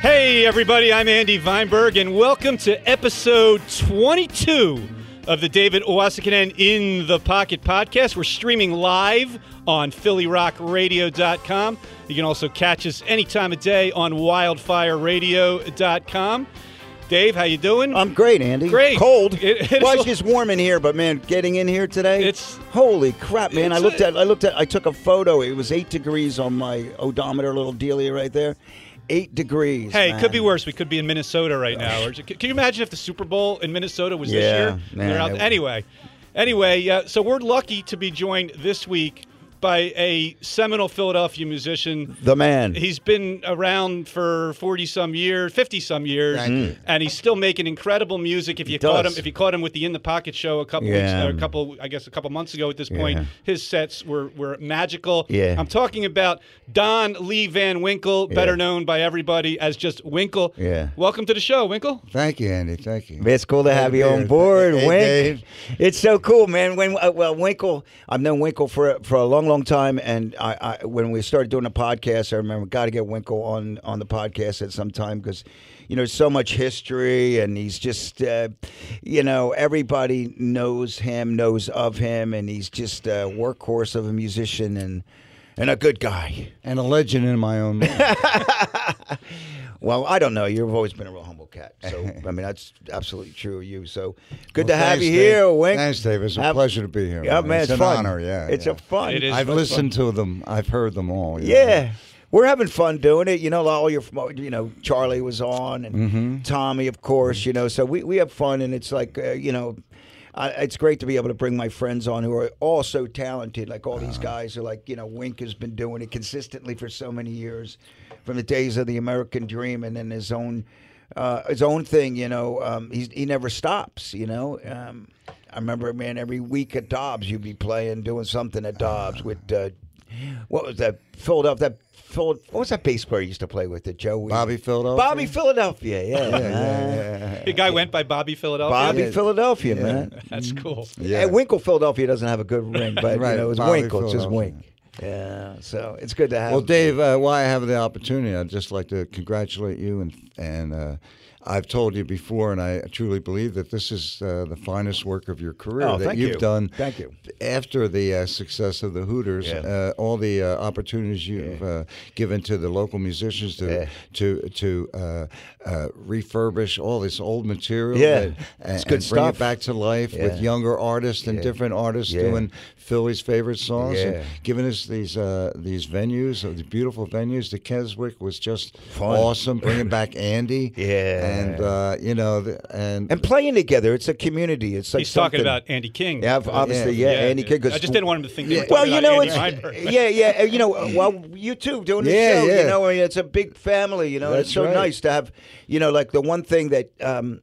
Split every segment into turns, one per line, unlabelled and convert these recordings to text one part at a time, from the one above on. Hey, everybody, I'm Andy Weinberg, and welcome to episode 22 of the David Owasikanen in the Pocket podcast. We're streaming live on PhillyRockRadio.com. You can also catch us any time of day on WildfireRadio.com. Dave, how you doing?
I'm great, Andy.
Great.
Cold.
It- it
well,
is-
it's just warm in here, but man, getting in here today,
It's-
holy crap, man! I
it's
looked
a-
at, I looked at, I took a photo. It was eight degrees on my odometer, little dealie right there. Eight degrees.
Hey, it could
man.
be worse. We could be in Minnesota right now. Or, can you imagine if the Super Bowl in Minnesota was this
Yeah,
year?
man,
They're out-
that-
anyway, anyway, uh, so we're lucky to be joined this week by a seminal Philadelphia musician.
The man.
He's been around for forty some years, fifty some years,
Thank you.
and he's still making incredible music. If you caught
Mm. does.
him, if you caught him with the In the Pocket show a couple weeks,
Yeah.
or a couple, I guess, a couple months ago at this point,
Yeah.
his sets were were magical.
Yeah.
I'm talking about Don Lee Van Winkle, better
Yeah.
known by everybody as just Winkle.
Yeah.
Welcome to the show, Winkle.
Thank you, Andy. Thank you.
It's cool to have
Hey,
you on
Dave.
board,
Hey,
Wink.
Dave.
It's so cool, man. When uh, well, Winkle, I've known Winkle for for a long, long time, and I, I when we started doing the podcast, I remember got to get Winkle on on the podcast at some time because you know so much history, and he's just uh, you know everybody knows him, knows of him, and he's just a workhorse of a musician and and a good guy.
And a legend in my own mind.
Well, I don't know. You've always been a real humble cat. So, I mean, that's absolutely true of you. So, good to
Well,
have
thanks,
you
Dave.
here, Wink.
Thanks, Dave. It's a
Have-
pleasure to be here.
Yeah, man,
it's,
it's,
an
fun.
honor. Yeah,
it's
yeah.
a fun.
It is.
I've listened to them. I've heard them all. you know.
Yeah, we're having fun doing it. You know, all your, you know, Charlie was on and
Mm-hmm.
Tommy, of course. You know, so we we have fun, and it's like, uh, you know. I, it's great to be able to bring my friends on who are all so talented. Like all
Uh-huh.
these guys are like, you know, Wink has been doing it consistently for so many years, from the days of the American Dream, and then his own, uh, his own thing. You know, um, he's, he never stops. You know, um, I remember, man, every week at Dobbs you'd be playing, doing something at Dobbs with uh, what was that? Philadelphia. That Phil, what was that bass player you used to play with? The Joey
Bobby Philadelphia?
Bobby Philadelphia. Yeah,
Yeah, yeah, yeah.
The guy went by Bobby Philadelphia.
Bobby Mm.
Yeah.
Philadelphia,
Yeah.
man.
That's cool.
Yeah.
Hey, Winkle Philadelphia doesn't have a good ring, but
Right,
you know it's
Bobby
Winkle, it's just
Philadelphia.
Wink. Yeah, so it's good to have.
Well, Dave, uh, while I have the opportunity, I'd just like to congratulate you. And and uh, I've told you before, and I truly believe that this is uh, the finest work of your career
Oh,
that
thank
you've
you.
done.
Thank you.
After the uh, success of the Hooters,
Yeah.
uh, all the uh, opportunities you've uh, given to the local musicians to
Yeah.
to to uh, uh, refurbish all this old material,
Yeah.
that- and,
It's good
and bring
stuff.
it back to life with
Yeah.
younger artists and different artists
Yeah.
doing Philly's favorite songs.
Yeah.
And, giving us these uh, these venues, uh, these beautiful venues. The Keswick was just
Fun.
awesome, bringing back Andy.
Yeah.
and uh, you know, the, and,
and playing together, it's a community. It's like
He's talking
something-
about Andy King.
Yeah, obviously, yeah,
Yeah.
Andy Kidd. 'cause-
I just didn't want him to think they were
well,
talking
you
about
know,
Andy
it's
Weinberg.
yeah, yeah. uh, You know, uh, well, you too doing the
Yeah,
show. You
yeah.
know, I mean, it's a big family. You know, and it's so
That's right.
nice to have. You know, like the one thing that um,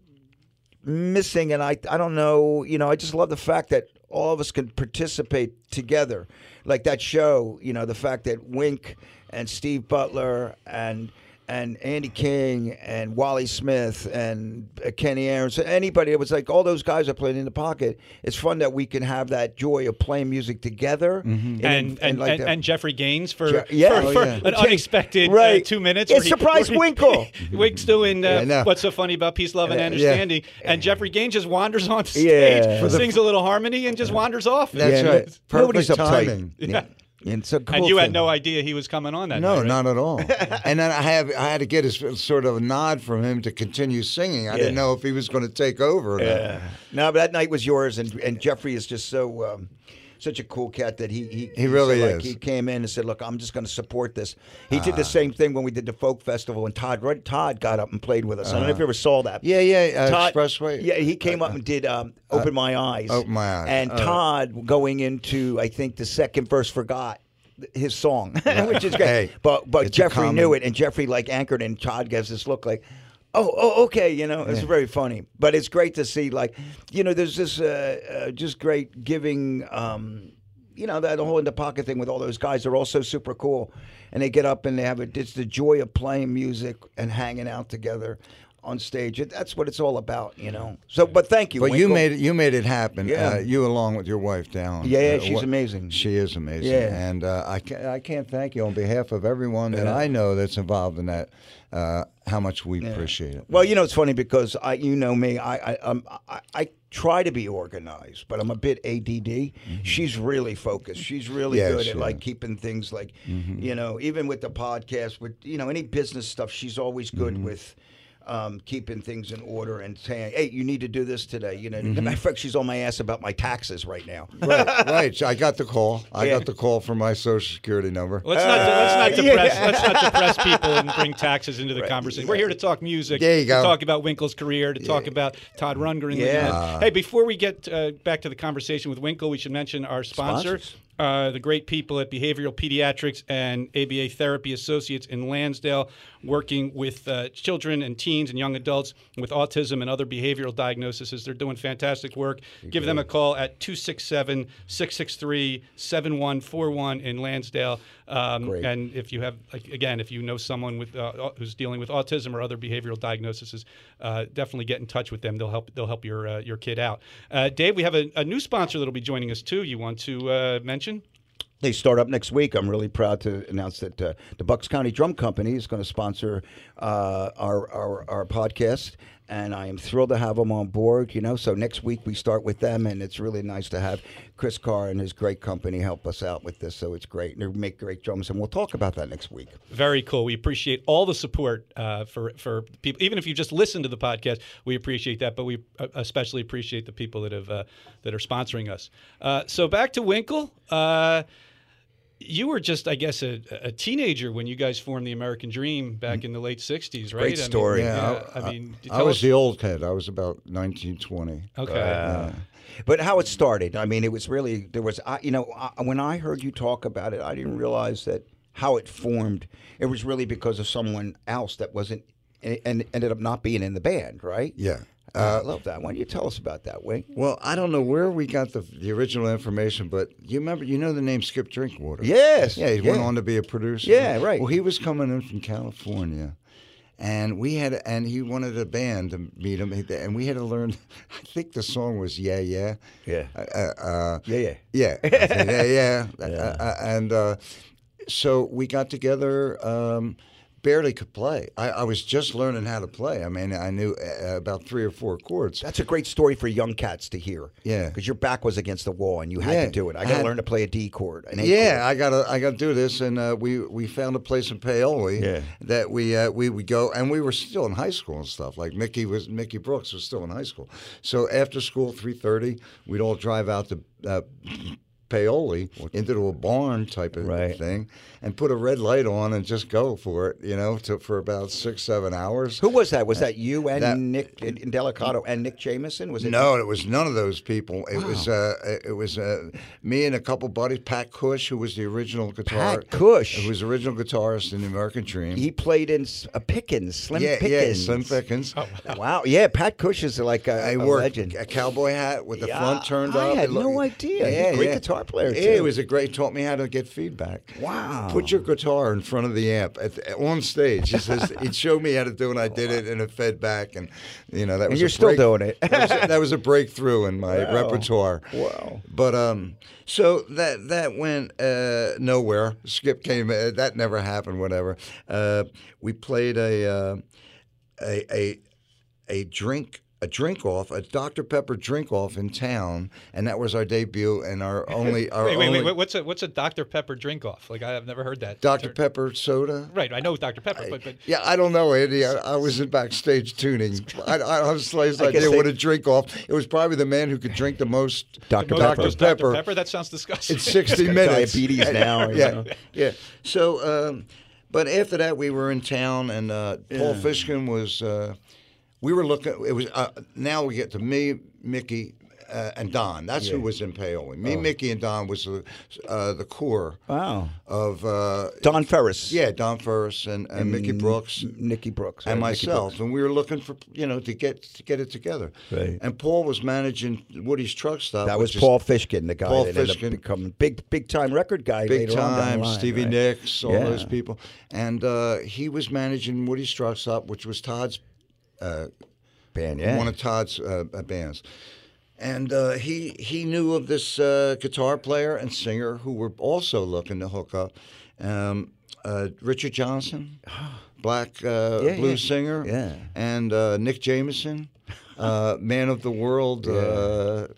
missing, and I, I don't know. You know, I just love the fact that all of us can participate together, like that show. You know, the fact that Wink and Steve Butler and. And Andy King and Wally Smith and uh, Kenny Aarons, anybody, it was like all those guys are playing in the pocket. It's fun that we can have that joy of playing music together
and and, and,
like
and,
that.
Jeffrey Gaines for,
Je- yeah.
for,
Oh,
for
yeah.
an unexpected
Right.
uh, two minutes.
It's
where he-
Surprise
where he-
Winkle.
Wink's doing uh,
I know.
what's so funny about peace, love, and
Yeah.
understanding, and Jeffrey Gaines just wanders on stage,
Yeah. For the-
sings a little harmony, and just wanders off.
That's
Yeah,
right.
no-
Perfect
nobody's uptight.
timing.
Yeah. And it's a cool
and you had
thing.
no idea he was coming on that.
no,
night, right?
not at all. and then I have I had to get a s- sort of a nod from him to continue singing. I didn't
Yeah.
know if he was going to take over. Or not.
No, but that night was yours, and and Jeffrey is just so. Um, such a cool cat that he he, said,
really
like,
is. Ah.
he came in and said, "Look, I'm just going to support this." He did the same thing when we did the folk festival, and Todd Red, Todd got up and played with us. I don't know if you ever saw that.
Ah. Yeah, yeah. Uh,
Todd-
Expressway. Uh,
Yeah, he came up and did um, "Open My Eyes."
Open My Eyes. Uh.
And Todd going into I think the second verse forgot th- his song, which is great.
Hey,
but but
it's a
Jeffrey
common-
knew it, and Jeffrey like anchored, and Todd gives this look like. Oh, oh, okay. You know, it's very funny, but it's great to see. Like, you know, there's this uh, uh, just great giving. Um, you know, that whole in the pocket thing with all those guys. They're all so super cool, and they get up and they have it. It's the joy of playing music and hanging out together. on stage. It, that's what it's all about, you know. So, but thank you.
But you
Winkle.
made it. You made it happen.
Yeah.
Uh, you along with your wife down. uh,
Yeah, yeah, she's amazing.
She is amazing.
Yeah.
And uh, I can, I can't thank you on behalf of everyone that
Yeah.
I know that's involved in that. Uh, how much we appreciate it.
Well, you know, it's funny because I, you know me, I, I, um, I, I try to be organized, but I'm a bit ADD. She's really focused. She's really
Yeah,
good
she
at like
is.
keeping things like, you know, even with the podcast, with you know any business stuff, she's always good with. Um, keeping things in order and saying, "Hey, you need to do this today." You know, as a matter of fact, she's on my ass about my taxes right now.
right, right. I got the call. I
Yeah.
got the call from my social security number.
Let's not let's not
Uh, yeah.
depress let's not depress people and bring taxes into the conversation. We're here to talk music.
There you
To
go.
talk about Winkle's career. To talk about Todd Rundgren.
Yeah.
hey, before we get uh, back to the conversation with Winkle, we should mention our sponsor.
Sponsors.
Uh, the great people at Behavioral Pediatrics and ABA Therapy Associates in Lansdale, working with uh, children and teens and young adults with autism and other behavioral diagnoses. They're doing fantastic work. Give them a call at 267 663 7141 in Lansdale. Um,
Great.
and if you have, like, again, if you know someone with uh, au- who's dealing with autism or other behavioral diagnoses, uh, definitely get in touch with them. They'll help. They'll help your uh, your kid out. Uh, Dave, we have a, a new sponsor that'll be joining us too. You want to uh, mention?
they start up next week. I'm really proud to announce that uh, the Bucks County Drum Company is going to sponsor uh, our, our our podcast, and I am thrilled to have them on board. You know, so next week we start with them, and it's really nice to have Chris Carr and his great company help us out with this. So it's great, and they make great drums, and we'll talk about that next week.
Very cool. We appreciate all the support uh, for for people. Even if you just listen to the podcast, we appreciate that. But we uh, especially appreciate the people that have uh, that are sponsoring us. Uh, so back to Winkle. Uh, you were just, I guess, a, a teenager when you guys formed the American Dream back in the late '60s, right?
Great story.
Yeah,
I,
I, mean,
I
tell
was
us-
the old head. I was about 1920.
okay.
uh, But how it started, I mean, it was really there was, I, you know, I, when I heard you talk about it, I didn't realize that how it formed. It was really because of someone else that wasn't and- and ended up not being in the band, right?
Yeah.
Uh, I love that. Why don't you tell us about that, Wing?
Well, I don't know where we got the, the original information, but you remember, you know the name Skip Drinkwater.
Yes,
Yeah, he
yeah.
went on to be a producer.
Yeah, right.
Well, he was coming in from California. And we had, and he wanted a band to meet him, and we had to learn. I think the song was "Yeah, Yeah,"
Yeah.
uh, uh,
Yeah, yeah.
yeah, I said, yeah, yeah. Uh, uh, and uh, so we got together. Um, barely could play. I, I was just learning how to play. I mean, I knew uh, about three or four chords.
That's a great story for young cats to hear.
Yeah.
Because your back was against the wall and you had
Yeah.
to do it. I
I
got to
had-
learn to play a D chord. An A
Yeah, I gotta, I gotta do this, and uh, we we found a place in Paoli
Yeah.
that we uh, we would go, and we were still in high school and stuff. Like Mickey was, Mickey Brooks was still in high school. So after school, three thirty, we'd all drive out to uh, Paoli into a barn type of
Right.
thing, and put a red light on and just go for it, you know, to, for about six seven hours.
Who was that? Was that you and
Uh, That-
Nick and and Delicato and Nick Jamison? Was it?
No, it was none of those people. It was uh, it was uh, me and a couple buddies. Pat Cush, who was the original guitar.
Pat Cush.
who was the original guitarist in the American Dream.
He played in S- uh, Pickens, Slim
yeah, yeah,
Pickens.
Slim Pickens.
Wow. Yeah, Pat Cush is like a,
I
a
wore
legend.
a cowboy hat with the
Yeah,
front turned
I
up.
had
It looked-
no idea. He's a great guitar player,
Yeah, he
too.
was a great. Taught me how to get feedback.
Wow.
Put your guitar in front of the amp at the, on stage. He says he showed me how to do, it, and I did it, and it fed back, and you know that was.
you're
a
still
break-
doing it.
that, was a, that was a breakthrough in my repertoire.
Wow.
But um, so that that went uh, nowhere. Skip came. Uh, that never happened. Whatever. Uh, we played a, uh, a a a drink a drink off a Dr Pepper drink off in town, and that was our debut and our only our
Wait, wait,
only
wait, What's a what's a Dr Pepper drink off? Like I have never heard that.
Dr
term.
Pepper soda.
Right. I know Dr Pepper, but but
Yeah, I don't know, Andy. I, I was in backstage tuning. I, I have slightest
guess
idea
they-
what a drink off. It was probably the man who could drink the most
Dr. Pepper.
Dr. Pepper.
Pepper. That sounds disgusting.
in 60
got
minutes.
diabetes now, you
yeah,
know.
yeah. So, um, but after that, we were in town, and uh, Paul Fishkin was. Uh, we were looking. It was uh, now we get to me, Mickey, uh, and Don. That's who was in Paoli. Me,
Oh.
Mickey, and Don was the uh, the core.
Wow.
Of uh,
Don Ferris.
yeah, Don Ferris and, and Mickey Brooks
Nicky Brooks.
and
uh, Nicky Brooks.
myself, and we were looking for you know to get to get it together.
Right.
And Paul was managing Woody's truck stop.
That
uh, which
was
is-
Paul Fishkin, the guy
Paul
that ended
Fishkin.
up becoming big, big time record guy.
Big
later on down
time,
the line,
Stevie
right?
Nicks, all
Yeah.
those people. And uh, he was managing Woody Strockstop, which was Todd's uh,
band, yeah.
one of Todd's uh, uh, bands. And uh, he he knew of this uh, guitar player and singer who were also looking to hook up, um, uh, Richard Johnson, black uh,
Yeah,
blues
yeah.
singer,
Yeah.
and uh, Nick Jameson, uh, man of the world. Uh,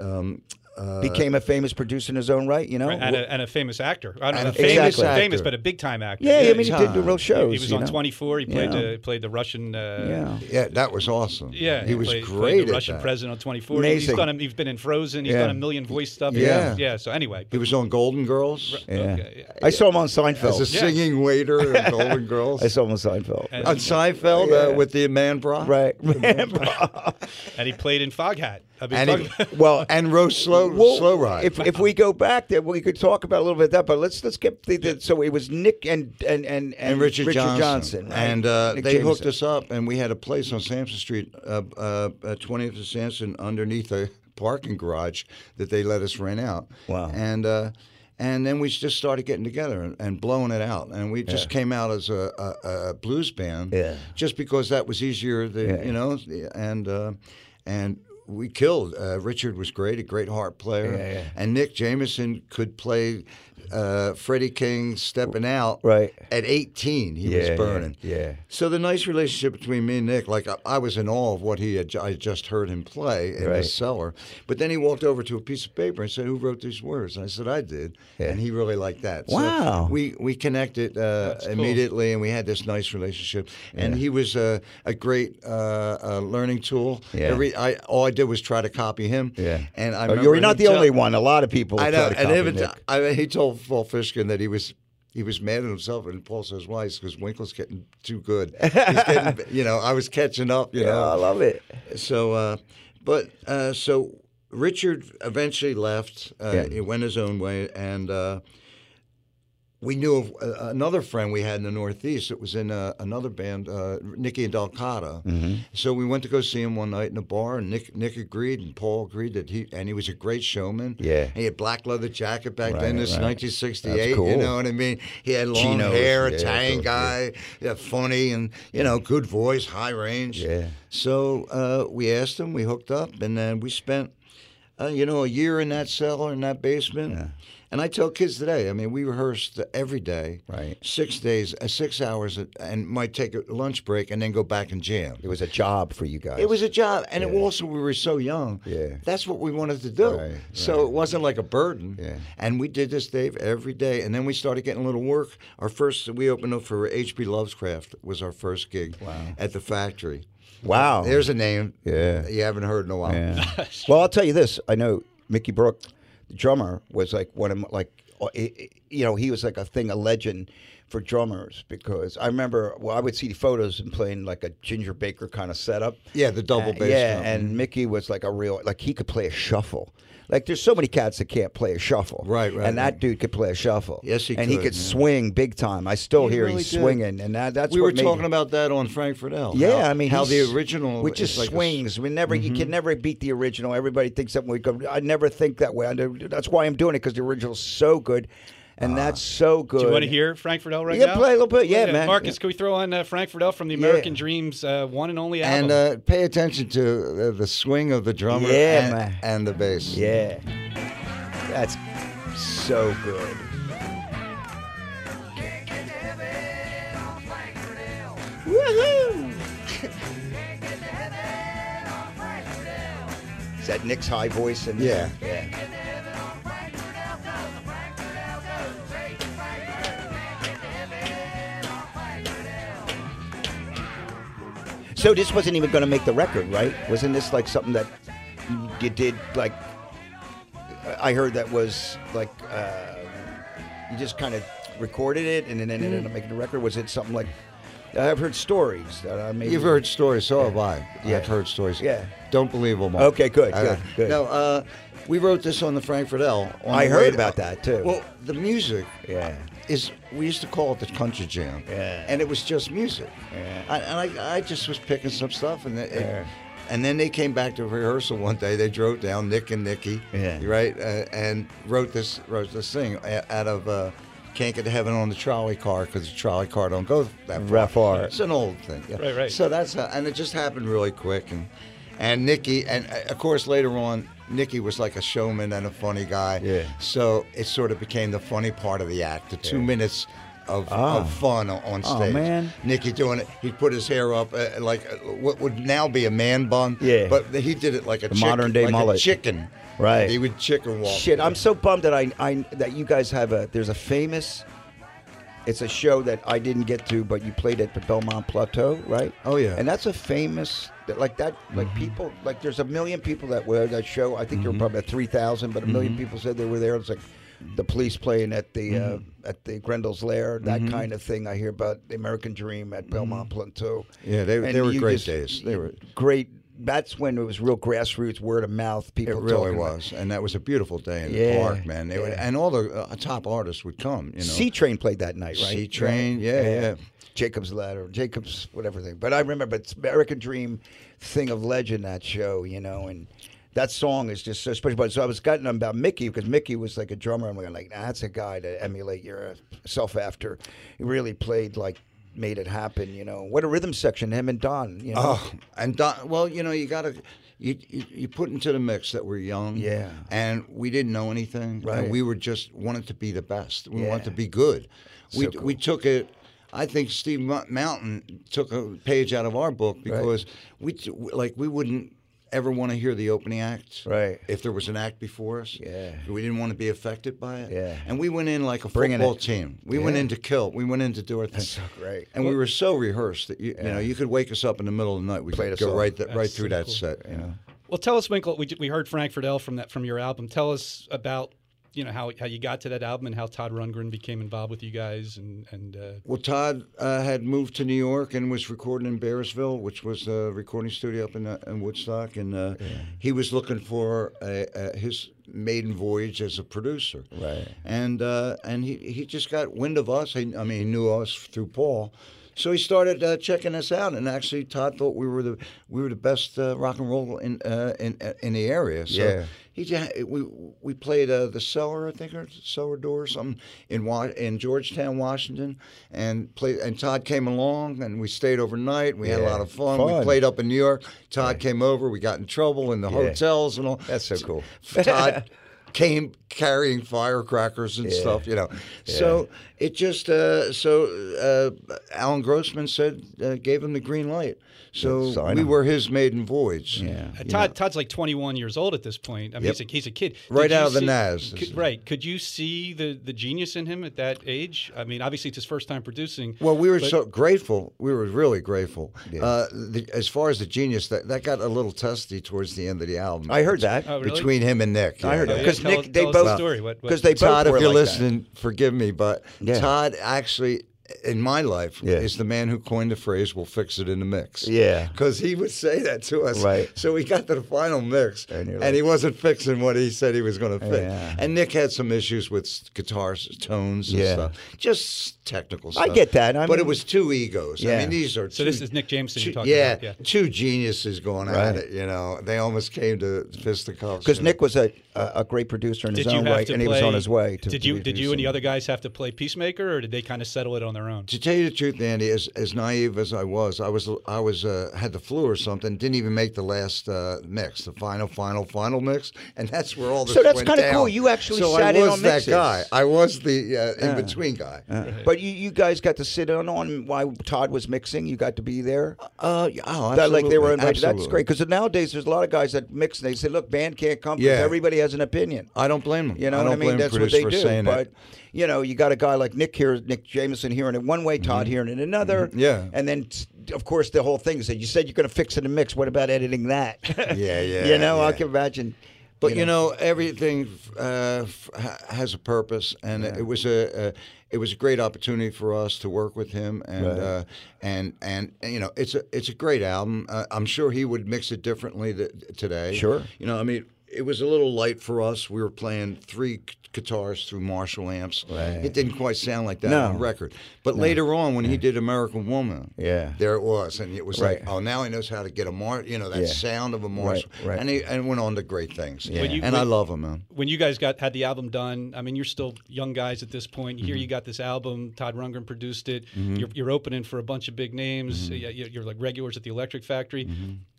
um, uh,
Became a famous producer in his own right, you know?
and a, and a famous actor. I don't know,
And a
famous,
famous actor.
famous, but a big time actor.
yeah, I mean, he
Time.
did the real shows.
he was
you
on
know?
24. He played
Yeah.
the played the Russian. Uh,
Yeah.
yeah, that was awesome.
Yeah,
he, was
played, played
great
the
at
Russian
that.
president on 24. He's
Amazing.
done. A, he's been in Frozen. He's
Yeah.
done a million voice stuff.
Yeah.
yeah. So anyway,
He was on Golden Girls
Yeah.
Okay, yeah.
I saw him on
as a
Seinfeld.
Yeah.
singing waiter in Golden Girls.
I saw him on Seinfeld.
And-
on Seinfeld uh,
Yeah.
with the man bra,
right.
and he played in Foghat. I mean,
And
Fog-
it, well, and Rose Slow
Well,
Slow Ride.
If, if we go back there, we could talk about a little bit of that, but let's let's get the, the so it was Nick and and and,
and Richard,
Johnson,
Johnson.
right?
And uh,
Nick
they hooked
Jameson.
us up, and we had a place on Sampson Street, uh, uh, uh, 20th and Sampson, underneath a parking garage that they let us rent out.
Wow.
And uh, and then we just started getting together and, and blowing it out, and we just came out as a, a, a blues band.
Yeah.
Just because that was easier, than,
Yeah.
you know, and uh, and. We killed. Uh, Richard was great, a great harp player,
Yeah, yeah.
and Nick Jameson could play uh, Freddie King stepping out
Right.
at 18. He
Yeah, yeah,
was burning.
yeah.
So the nice relationship between me and Nick, like I, I was in awe of what he had. ju- I just heard him play in
Right.
the cellar. But then he walked over to a piece of paper and said, "Who wrote these words?" And I said, "I did."
Yeah.
And he really liked that.
Wow.
So we we connected uh,
That's cool.
immediately, and we had this nice relationship. And he was a, a great uh, uh, learning tool.
Yeah.
Every I all I did was try to copy him.
Yeah.
And I
Oh,
remember
you're not
him
the only
tell-
one. A lot of people.
I know,
Try to
and
copy
even
Nick.
I mean, he told Paul Fishkin that he was he was mad at himself, and Paul says, "Why?" Because Winkle's getting too good. He's getting, you know, I was catching up. You
yeah, Oh, I
know,
love it.
so uh, but uh, so Richard eventually left. Uh,
Yeah.
He went his own way, and. Uh, we knew of uh, another friend we had in the Northeast that was in uh, another band, uh, Nicky and Dalcata.
Mm-hmm.
So we went to go see him one night in a bar, and Nick Nick agreed, and Paul agreed that he and he was a great showman.
Yeah.
he had black leather jacket back
Right,
then. This
right.
1968,
That's cool.
you know what I mean? He had long
Chinos,
hair,
yeah,
Italian
those,
guy, yeah, uh, funny, and you know, good voice, high range.
Yeah.
So uh, we asked him, we hooked up, and then we spent, uh, you know, a year in that cellar, in that basement. And I tell kids today, I mean, we rehearsed every day,
Right.
Six days, uh, six hours, and might take a lunch break and then go back and jam.
It was a job for you guys.
It was a job, and it
Yeah.
also we were so young.
Yeah.
that's what we wanted to do.
Right,
So it wasn't like a burden.
Yeah.
and we did this, Dave, every day. And then we started getting a little work. Our first, we opened up for H.P. Lovescraft was our first gig. Wow. at the factory.
wow.
There's a name.
Yeah.
you haven't heard in a while.
Yeah. well, I'll tell you this. I know Mickey Brook, the drummer, was like one of my, like uh, i- i- you know he was like a thing, a legend for drummers because I remember well I would see photos and playing like a Ginger Baker kind of setup.
Yeah, the double
Uh,
bass
yeah,
drum. Mm-hmm.
and Mickey was like a real like he could play a shuffle. Like there's so many cats that can't play a shuffle.
Right, right,
And that
right.
dude could play a shuffle.
Yes, he
and he
could,
could
yeah.
swing big time. I still
He
hear
really
he's
did.
swinging, and that, that's
we
what
were
made
talking
it.
about that on Frank Fidel.
Yeah,
how-
I mean,
how
he's-
the original
which
is
just
like a s- Mm-hmm.
swings. we never, you can never beat the original. Everybody thinks that we go. I never think that way. I know, that's why I'm doing it because the original's so good,
Ah.
and that's so good.
do you want to hear Frank Fidel right
Yeah,
now?
play a little bit. Yeah, man.
Marcus,
Yeah.
can we throw on uh, Frank Fidel from the American Dreams uh, one and only album?
and uh, pay attention to uh, the swing of the drummer
Yeah,
and,
man.
and the bass.
Yeah, that's so good. Woohoo! Is that Nick's high voice? And
Yeah.
yeah. So this wasn't even going to make the record, right? Wasn't this like something that you did? Like I heard that was like uh, you just kind of recorded it and then ended
Mm.
up making the record. Was it something like I've heard stories that I mean
You've heard stories, so have I.
Yeah.
I've heard stories.
Yeah.
Don't believe them all.
Okay, good,
I-
good, good.
No, uh, we wrote this on the Frank Fidel. on
I
the
heard
radio-
about that, too.
Well, the music
Yeah.
is, we used to call it the country jam.
Yeah.
And it was just music.
Yeah.
I, and I, I just was picking some stuff. and it, it-
Yeah.
And then they came back to rehearsal one day. They drove down, Nick and Nikki,
Yeah.
right, uh, and wrote this wrote this thing a- out of uh, Can't get to heaven on the trolley car because the trolley car don't go that far.
That far.
It's an old thing. yeah.
Right, right.
So that's how, and it just happened really quick and and Nikki and uh, of course later on Nikki was like a showman and a funny guy.
Yeah.
So it sort of became the funny part of the act. The two minutes. Of,
Ah.
of fun on- on
Oh,
stage.
man.
Nikki doing it. He'd put his hair up uh, like uh, what would now be a man bun.
Yeah.
But he did it like a
The
chick-
modern day
like a
mullet.
chicken.
Right.
He would chicken walk.
Shit, I'm so bummed that I, I that you guys have a there's a famous. It's a show that I didn't get to, but you played at the Belmont Plateau, right?
Oh, yeah. Mm-hmm.
and that's a famous that like that like people like there's a million people that were at that show. I think there were probably three thousand, but a 1000000
Mm-hmm.
people said they were there. It's like the police playing at the
Mm-hmm.
uh, at the Grendel's Lair, that kind of thing. I hear about the American Dream at Belmont Plateau.
Mm-hmm. Yeah, they-
And
they were
you
great days. They were-
great. That's when it was real grassroots, word of mouth.
It
People
really
talking about-
was, and that was a beautiful day in
Yeah,
the park, man. They would,
yeah.
and all the uh, top artists would come, you know.
C Train played that night, right?
C-Train, yeah, yeah.
Jacob's Ladder, Jacob's whatever thing. But I remember it's American Dream thing of legend that show, you know, and that song is just so special. But so I was gotten about Mickey because Mickey was like a drummer. I'm like, nah, that's a guy to emulate yourself after. He really played like made it happen, you know. What a rhythm section, him and Don, you know.
Oh, and Don, well, you know, you got to. You, you, you put into the mix that we're young,
Yeah.
and we didn't know anything.
Right.
and we were just wanted to be the best. We
Yeah.
wanted to be good. we
So cool.
we took it. I think Steve Mo- Mountain took a page out of our book because we t- like we wouldn't ever want to hear the opening act,
Right.
If there was an act before us,
Yeah.
we didn't want to be affected by it,
Yeah.
And we went in like a
Bringing
football
it.
team. We went
Yeah.
in to kill. We went in to do our thing.
so great.
And we were so rehearsed that you, you know you could wake us up in the middle of the night. We
Played
could
us
go
all.
right th- right
That's
through
so
that
cool.
set. You know.
Well, tell us, Winkle. We, j- we heard Frank Ferdell from that from your album. Tell us about you know how, how you got to that album and how Todd Rundgren became involved with you guys and and uh,
Well, Todd uh, had moved to New York and was recording in Bearsville, which was a recording studio up in, uh, in Woodstock, and uh, he was looking for a, a, his maiden voyage as a producer.
Right.
And uh, and he, he just got wind of us. He, I mean, he knew us through Paul, so he started uh, checking us out. And actually, Todd thought we were the we were the best uh, rock and roll in uh, in in the area. So
Yeah.
He ja- we we played uh, the cellar, I think, or cellar door, or something in Wa- in Georgetown, Washington, and played. And Todd came along, and we stayed overnight. We had a
Yeah.
lot of fun.
Fun.
We played up in New York. Todd came over. We got in trouble in the hotels and all.
That's so cool.
Todd came carrying firecrackers and stuff, you know. So it just uh, so uh, Alan Grossman said uh, gave him the green light. So
Sign
we
him.
were his maiden voyage.
Yeah.
Uh, Todd, Todd's like 21 years old at this point. I mean, he's, a, he's a kid. Did
Right
you
out of the
see-
NAS.
could- right. Could you see the, the genius in him at that age? I mean, obviously, it's his first time producing.
Well, we were so grateful. We were really grateful. Uh, the, as far as the genius, that, that got a little testy towards the end of the album.
I heard that.
Oh, really?
Between him and Nick.
I heard
yeah.
Oh,
that.
yeah?
Because
Tell
Nick,
us-
they
tell us the
both
story. What- what-
because they both
Todd, if
were
you're
like that.
listening, forgive me, but
Yeah.
Todd actually, in my life,
Yeah.
is the man who coined the phrase "We'll fix it in the mix."
Yeah.
because he would say that to us.
Right.
So we got to the final mix,
And
and,
you're like-
he wasn't fixing what he said he was going to fix.
Yeah.
And Nick had some issues with s- guitar s- tones and
Yeah.
stuff, just technical
I
stuff.
get that. I
but it
mean-
was two egos. I
Yeah.
mean, these are
So
two,
this is Nick Jameson
two-
you're talking
yeah,
about. Yeah.
two geniuses going
Right.
at it. You know, they almost came to fisticuffs.
because
you know.
Nick was a, a a great producer in
Did
his
you
own
have
right,
to
and
play,
he was on his way. To
did you did you and the
producing.
other guys have to play Peacemaker, or did they kind of settle it on their own?
To tell you the truth, Andy, as, as naive as I was, I was I was uh, had the flu or something. Didn't even make the last uh, mix, the final, final, final mix, and that's where all this.
So that's
went
kinda cool.
down.
You actually
so
sat
I
in
was
on
that
mixes.
guy. I was the uh, in between guy.
But you, you guys got to sit in on while Todd was mixing. You got to be there.
Uh, yeah, oh,
That, like they were
absolutely,
invited. That's
absolutely.
great because nowadays there's a lot of guys that mix and they say, "Look, band can't come because
Yeah.
everybody has an opinion."
I don't blame him.
You know
I
what
don't
I mean?
blame
That's what
Bruce
they
for
do.
saying
But
that.
you know, you got a guy like Nick here, Nick Jameson hearing it one way, Todd hearing it another.
Mm-hmm. Yeah.
And then, t- of course, the whole thing is that you said you're going to fix it in the mix. What about editing that?
Yeah, yeah,
you know, I
yeah.
can imagine.
But you know, everything uh, f- ha- has a purpose, and it was a, a it was a great opportunity for us to work with him, and uh, and and and, you know, it's a it's a great album. Uh, I'm sure he would mix it differently th- today.
Sure.
you know, I mean. It was a little light for us. We were playing three c- guitars through Marshall amps.
Right.
It didn't quite sound like that
No.
on record. But later on, when he did American Woman,
Yeah.
there it was, and it was
Right.
like, oh, now he knows how to get a mar, you know, that
Yeah.
sound of a Marshall,
right.
and he and went on to great things.
Yeah. When
you-
and I
when-
love him, man.
when you guys got had the album done, I mean, you're still young guys at this point.
Mm-hmm.
Here you got this album. Todd Rundgren produced it. You're, you're opening for a bunch of big
Mm-hmm.
names. Yeah, you- You're like regulars at the Electric Factory.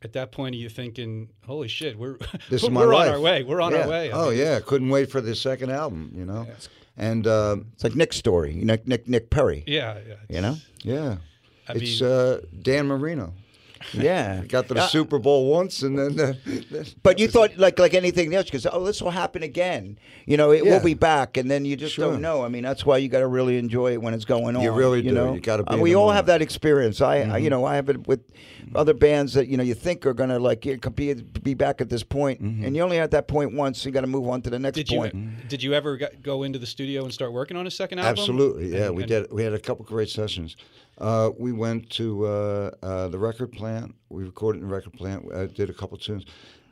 At that point, are you thinking, "Holy shit, we're
This is my
we're on
life.
our way. We're on
yeah.
our way." I
oh
mean,
yeah, couldn't wait for the second album, you know, and uh,
It's like Nick's story, Nick Nick Nick Perry.
yeah, yeah.
You know?
yeah, it's
mean-
uh, Dan Marino.
Yeah. Uh,
Got to the Super Bowl once, and then uh,
But you thought like like anything else because oh this will happen again you know it
Yeah.
will be back and then you just
Sure.
don't know I mean that's why you got to really enjoy it when it's going on
You really
you
do.
know
You gotta be
Uh,
in
we
the Mm-hmm.
all
moment.
have that experience I, I you know I have it with other bands that you know you think are gonna like it could be be back at this point
Mm-hmm.
and you only have that point once you got to move on to the next
Did you
point
did you ever go- go into the studio and start working on a second album?
Absolutely, yeah.
And-
we
and- uh,
did. We had a couple great sessions. Uh, we went to uh, uh, the record plant. We recorded in the record plant. I did a couple tunes.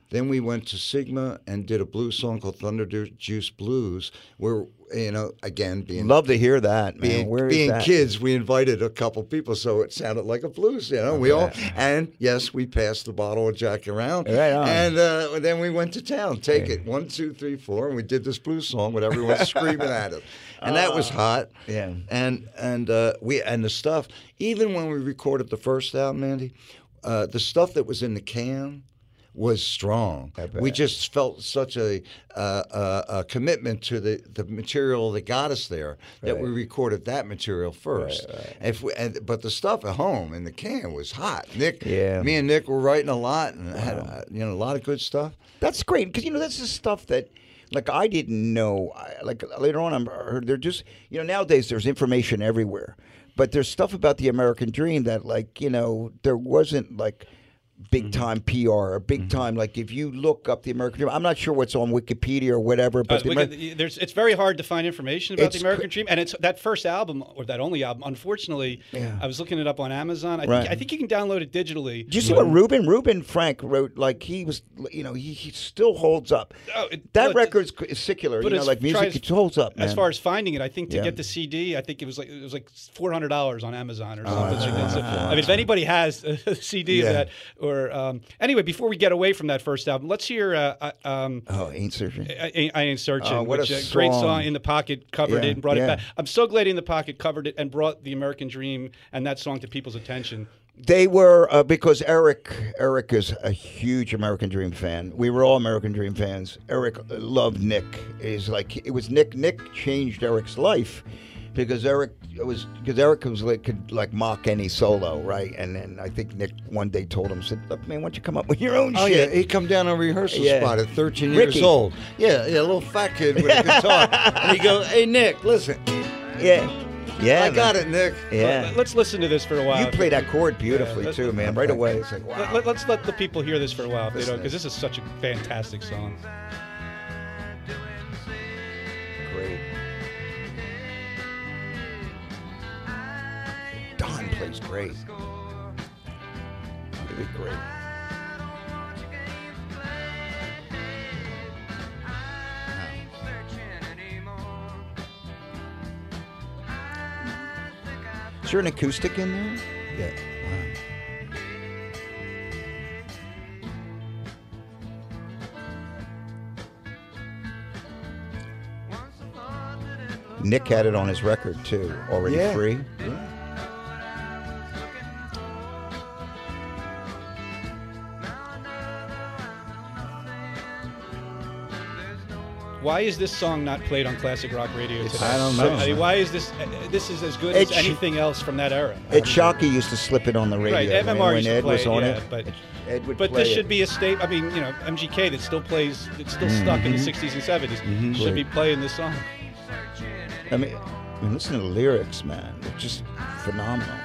Then we went to Sigma and did a blues song called Thunder Ju- Juice Blues. Where you know, again, being
love to hear that man
being,
Where is
being
that?
kids, we invited a couple people, so it sounded like a blues. You know, we all and yes, we passed the bottle of Jack around,
Right on.
and uh, then we went to town. Take it one, two, three, four, and we did this blues song with everyone screaming at us, and that was hot.
Ah. Yeah.
and and uh, we and the stuff. Even when we recorded the first album, Andy, uh, the stuff that was in the can. Was strong. We just felt such a, uh, uh, a commitment to the, the material that got us there that we recorded that material first. If we, and, but the stuff at home in the can was hot. Nick,
Yeah.
me and Nick were writing a lot and had uh, you know a lot of good stuff.
That's great because you know that's the stuff that, like, I didn't know. I, like later on, I'm heard they're just you know nowadays there's information everywhere, but there's stuff about the American dream that like you know there wasn't like
Mm-hmm.
big time PR or big time like if you look up the American dream. I'm not sure what's on Wikipedia or whatever,
Uh,
but the
we
Ameri-
could- there's, it's very hard to find information about the
It's
American Dream, and it's that first album or that only album. Unfortunately, I was looking it up on Amazon. I,
Right.
think, I think you can download it digitally.
Did you see what Ruben Ruben Frank wrote? Like he was, you know, he, he still holds up.
Oh, it-
that
but-
record's c- is secular, you know,
as
like
try
music
as-
it holds up.
As
man.
far as finding it, I think to
Yeah.
get the CD, I think it was like it was like four hundred dollars on Amazon or
Oh,
something like that. So, I mean, if anybody has a CD
Yeah.
of that, or um, anyway, before we get away from that first album, let's hear. Uh, uh, um,
oh, ain't surgery.
I, I- I ain't searching.
Oh, what a
which, uh, great
song.
song in the pocket covered
Yeah,
it and brought
yeah.
it back. I'm so glad in the pocket covered it and brought the American Dream and that song to people's attention.
They were uh, because Eric Eric is a huge American Dream fan. We were all American Dream fans. Eric uh, loved Nick. Is like it was Nick. Nick changed Eric's life because Eric was because Eric was like could like mock any solo right. And then I think Nick one day told him said, "Look, man, why don't you come up with your own
Oh
shit?"
yeah, he come down on rehearsal
Yeah.
spot at 13
Ricky.
years old. Yeah, yeah, a little fat kid with a guitar, and he goes, "Hey Nick, listen,
yeah, yeah.
I got
man.
it, Nick."
Yeah,
Let's listen to this for a while.
you play that chord beautifully
Yeah,
too, man. Right away, it's like wow.
Let, us let the people hear this for a while, if they
Listen.
don't, because this is such a fantastic song.
Great. Don plays great. Really great. Is there an acoustic in there?
Yeah.
Nick had it on his record too, already
Yeah.
free.
Why is this song not played on classic rock radio today?
I don't know.
I mean, why is this? uh, This is as good
It's-
as anything else from that era.
Ed Shockey used to slip it on the radio
Right,
when,
MMR
when
used to
Ed
play
was
it,
on
yeah,
it.
but-
Ed would
But
play
this
it. Mm-hmm.
should be a state. I mean, you know, MGK that still plays, that's still stuck in the '60s and '70s, should be playing this song.
I mean, I mean, listen to the lyrics, man. They're just phenomenal.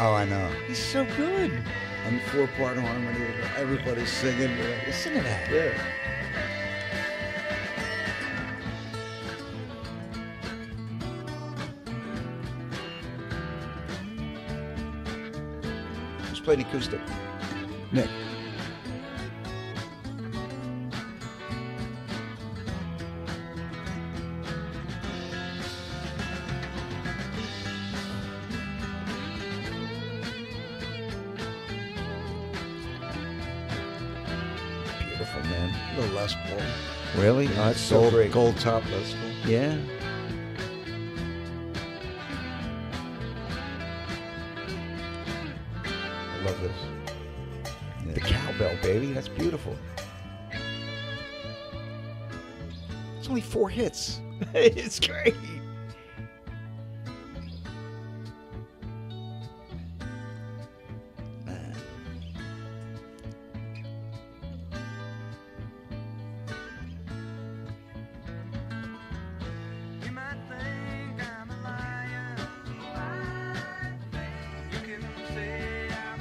Oh, I know.
Mm. He's so good.
And four part harmony. Everybody's singing.
Listen to that.
Yeah.
Just play an acoustic.
Nick. Beautiful man. The Les Paul. Really? Yeah,
that's so
gold,
great.
gold top Les Paul.
Yeah.
I love this.
The cowbell, baby. That's beautiful. It's only four hits. it's great.
You might think I'm a liar. You can say I'm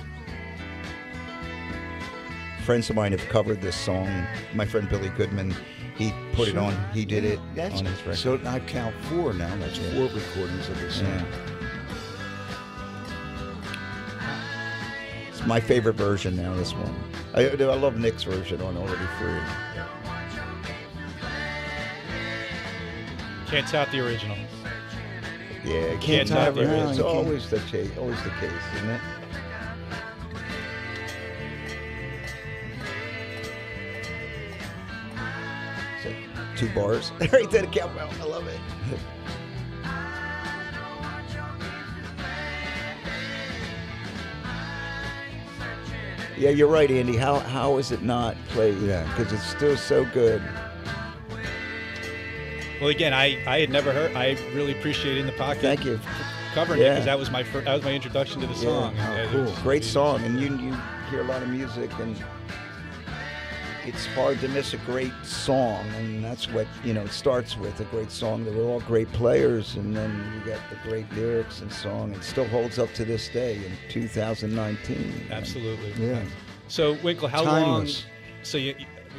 Friends of mine have covered this song. My friend Billy Goodman, he put it on. He did it
That's
on his record.
So I count four now. That's
Yeah.
four recordings of this song.
Yeah. It's my favorite version now. This one, I, I love Nick's version on "Already Free."
Can't tout the original.
Yeah, can't,
Can't
tie
top the
it around.
original.
It's
You can't.
always the case. Always the case, isn't it? So, two bars right to the cowbell. I love it. Yeah, you're right, Andy. How how is it not played?
Yeah.
because it's still so good.
Well, again, I, I had never heard. I really appreciate in the pocket
Thank you.
covering it
Yeah.
because that was my fir- that was my introduction to the song.
Oh,
And it
cool.
was-
Great song, and you you hear a lot of music, and it's hard to miss a great song, and that's what you know. It starts with a great song. They were all great players, and then you got the great lyrics and song. It still holds up to this day in 2019.
Absolutely.
Yeah.
So Winkle, how
Timeless.
long? So you,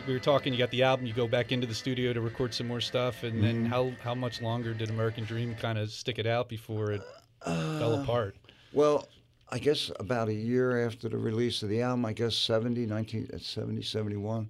we were talking. You got the album. You go back into the studio to record some more stuff, and
Mm-hmm.
then how how much longer did American Dream kind of stick it out before it fell apart?
Well, I guess about a year after the release of the album, I guess 70, 19, uh, 70, 71,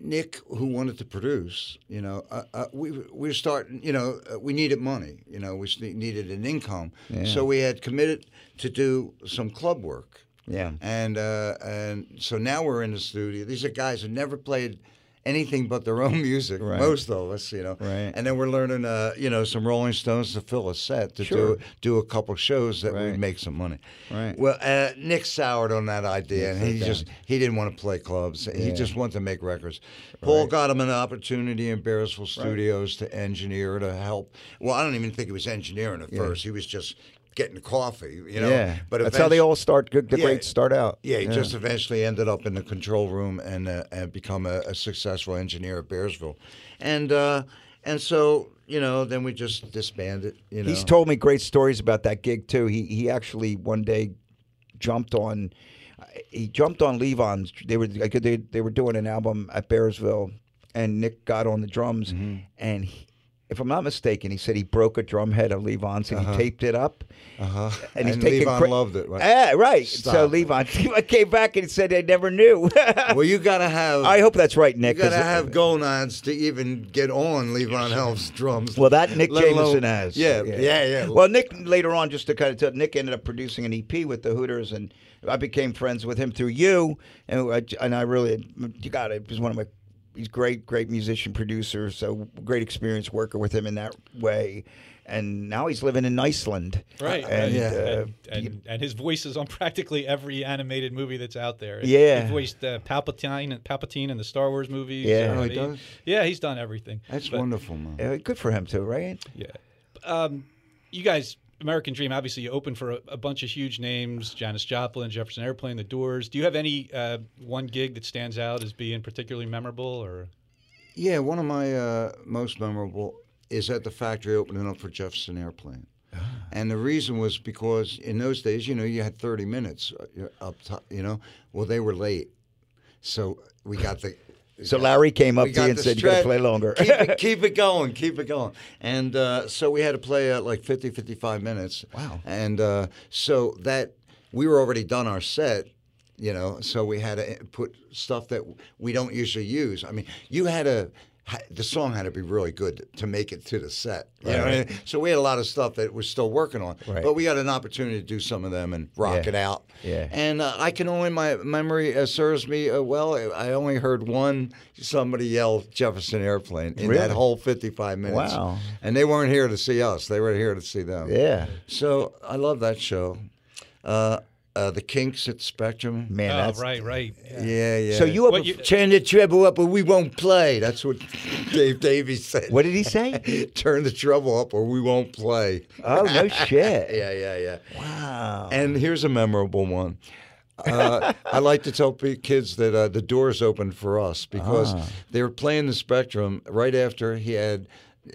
Nick, who wanted to produce, you know, uh, uh, we we were starting, you know, uh, we needed money, you know, we s- needed an income, so we had committed to do some club work,
Yeah.
and uh, and so now we're in the studio. These are guys who never played anything but their own music.
Right.
Most of us, you know.
Right.
And then we're learning, uh, you know, some Rolling Stones to fill a set to
Sure.
do do a couple shows that
Right.
we'd make some money.
Right.
Well, uh, Nick soured on that idea, and
sat
he
down.
just he didn't want to play clubs. He
Yeah.
just wanted to make records. Paul got him an opportunity in Bearsville Studios to engineer to help. Well, I don't even think he was engineering at first. He was just getting coffee, you know.
yeah,
But
that's how they
eventually-
all start. Good, the
Yeah.
greats start out.
yeah, he just eventually ended up in the control room and uh, and become a, a successful engineer at Bearsville, and uh, and so you know then we just disbanded. You know,
He's told me great stories about that gig too. He he actually one day jumped on he jumped on Levon's. They were like, they they were doing an album at Bearsville, and Nick got on the drums,
Mm-hmm.
and he, if I'm not mistaken, he said he broke a drum head of Levon's and he taped it up.
uh-huh.
And he's taking
Levon
cra-
loved it. Right?
Yeah, right. So
Stop.
Levon Levon came back and said they never knew.
well, you gotta have.
I hope that's right,
you
Nick. 'cause
gotta have gonads to even get on Levon Helms drums.
Well, that Nick
let
Jameson
alone-
has.
Yeah, yeah, yeah.
Well, Nick later on, just to kind of tell, Nick ended up producing an EP with the Hooters, and I became friends with him through you, and I, and I really, you got it. He's one of my, he's great, great musician, producer, so great experience worker with him in that way, and now he's living in Iceland.
Right.
And,
right.
yeah.
uh,
and, and, and his voice is on practically every animated movie that's out there.
Yeah.
He voiced uh, Palpatine, Palpatine in the Star Wars movies.
Yeah.
Uh,
Oh, he does?
Yeah, he's done everything.
That's
But,
wonderful, man.
uh, good for him too, right?
Yeah. Um, you guys, American Dream, obviously you opened for a, a bunch of huge names: Janis Joplin, Jefferson Airplane, The Doors. Do you have any uh, one gig that stands out as being particularly memorable, or
Yeah, one of my uh, most memorable is at the factory opening up for Jefferson Airplane. And the reason was because in those days, you know, you had 30 minutes uh, you're up top, you know. Well, they were late. So we got the.
So Larry came up
we
to you
got
and
the
said, "You got to
stretch.
play longer."
keep, it, keep it going. Keep it going. And uh, so we had to play uh, like 50, 55 minutes.
Wow.
And uh, so that we were already done our set. you know. So we had to eh, put stuff that we don't usually use. I mean, you had to. ha- The song had to be really good to make it to the set. You know what I mean? So we had a lot of stuff that we're still working on,
Right.
but we had an opportunity to do some of them and rock
Yeah.
it out.
Yeah.
And uh, I can only my memory uh, serves me uh, well. I only heard one somebody yell Jefferson Airplane in that
Really?
whole 55 minutes.
Wow.
And they weren't here to see us. They were here to see them.
Yeah.
So I love that show. Uh, uh, the Kinks at Spectrum.
Man,
Oh,
that's
right, right.
Yeah, yeah.
So you up?
What
a-
you-
turn the treble up or we won't play. That's what Dave Davies said.
what did he say?
turn the treble up or we won't play.
oh no shit!
Yeah, yeah, yeah.
Wow.
And here's a memorable one. Uh, I like to tell pe- kids that uh, the doors opened for us because
Ah.
they were playing the Spectrum right after he had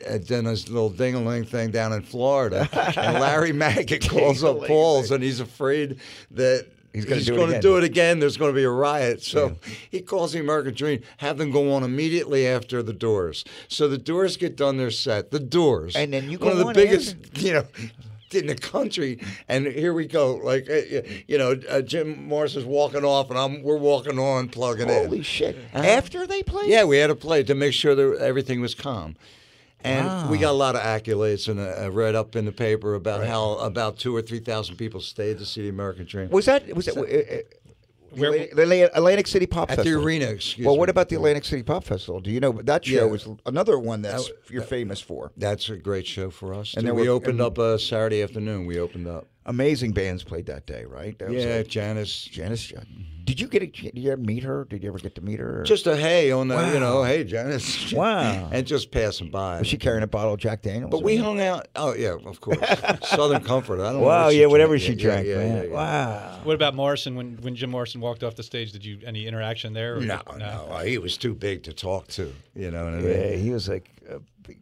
uh, done his little ding-a-ling thing down in Florida, and Larry Maggot calls up
Ding-a-ling.
Paul's, and he's afraid that.
He's gonna do it
gonna
again.
do it again. There's going to be a riot. So he calls the American Dream. Have them go on immediately after the Doors. So the Doors get done their set. The Doors,
And then you
one of
go
the
on
biggest
after.
you know, in the country. And here we go, like uh, you know, uh, Jim Morris is walking off, and I'm we're walking on, plugging in.
Holy shit! After they played?
Yeah, we had to play to make sure that everything was calm. And
Ah.
we got a lot of accolades and uh, uh, read up in the paper about how about two or three thousand people stayed to see the American Dream
Was that was that uh, uh,
Where-
the Atla- Atlantic City Pop
at the
Festival?
arena. Excuse
well,
me.
what about the Atlantic City Pop Festival? Do you know that show
Yeah.
was another one that's
That-
you're famous for?
That's a great show for us.
And
And then
there
we
were-
opened
and-
up uh, Saturday afternoon. We opened up.
Amazing bands played that day, right? That was
Yeah,
like
Janice
Janis. Did you get a, did you ever meet her? Did you ever get to meet her? or-
just a hey on the, you know, hey, Janice.
Wow.
and just passing by.
was she carrying a bottle of Jack Daniels?
But
or
we
something?
hung out. Oh, yeah, of course. Southern Comfort. I don't know.
Wow,
what she
yeah, whatever she drank,
drank. Yeah, yeah,
man.
yeah, yeah.
Wow.
What about Morrison? When when Jim Morrison walked off the stage, did you any interaction there? or-
No, no, uh, he was too big to talk to. You know what I mean?
Yeah, he was like. A big,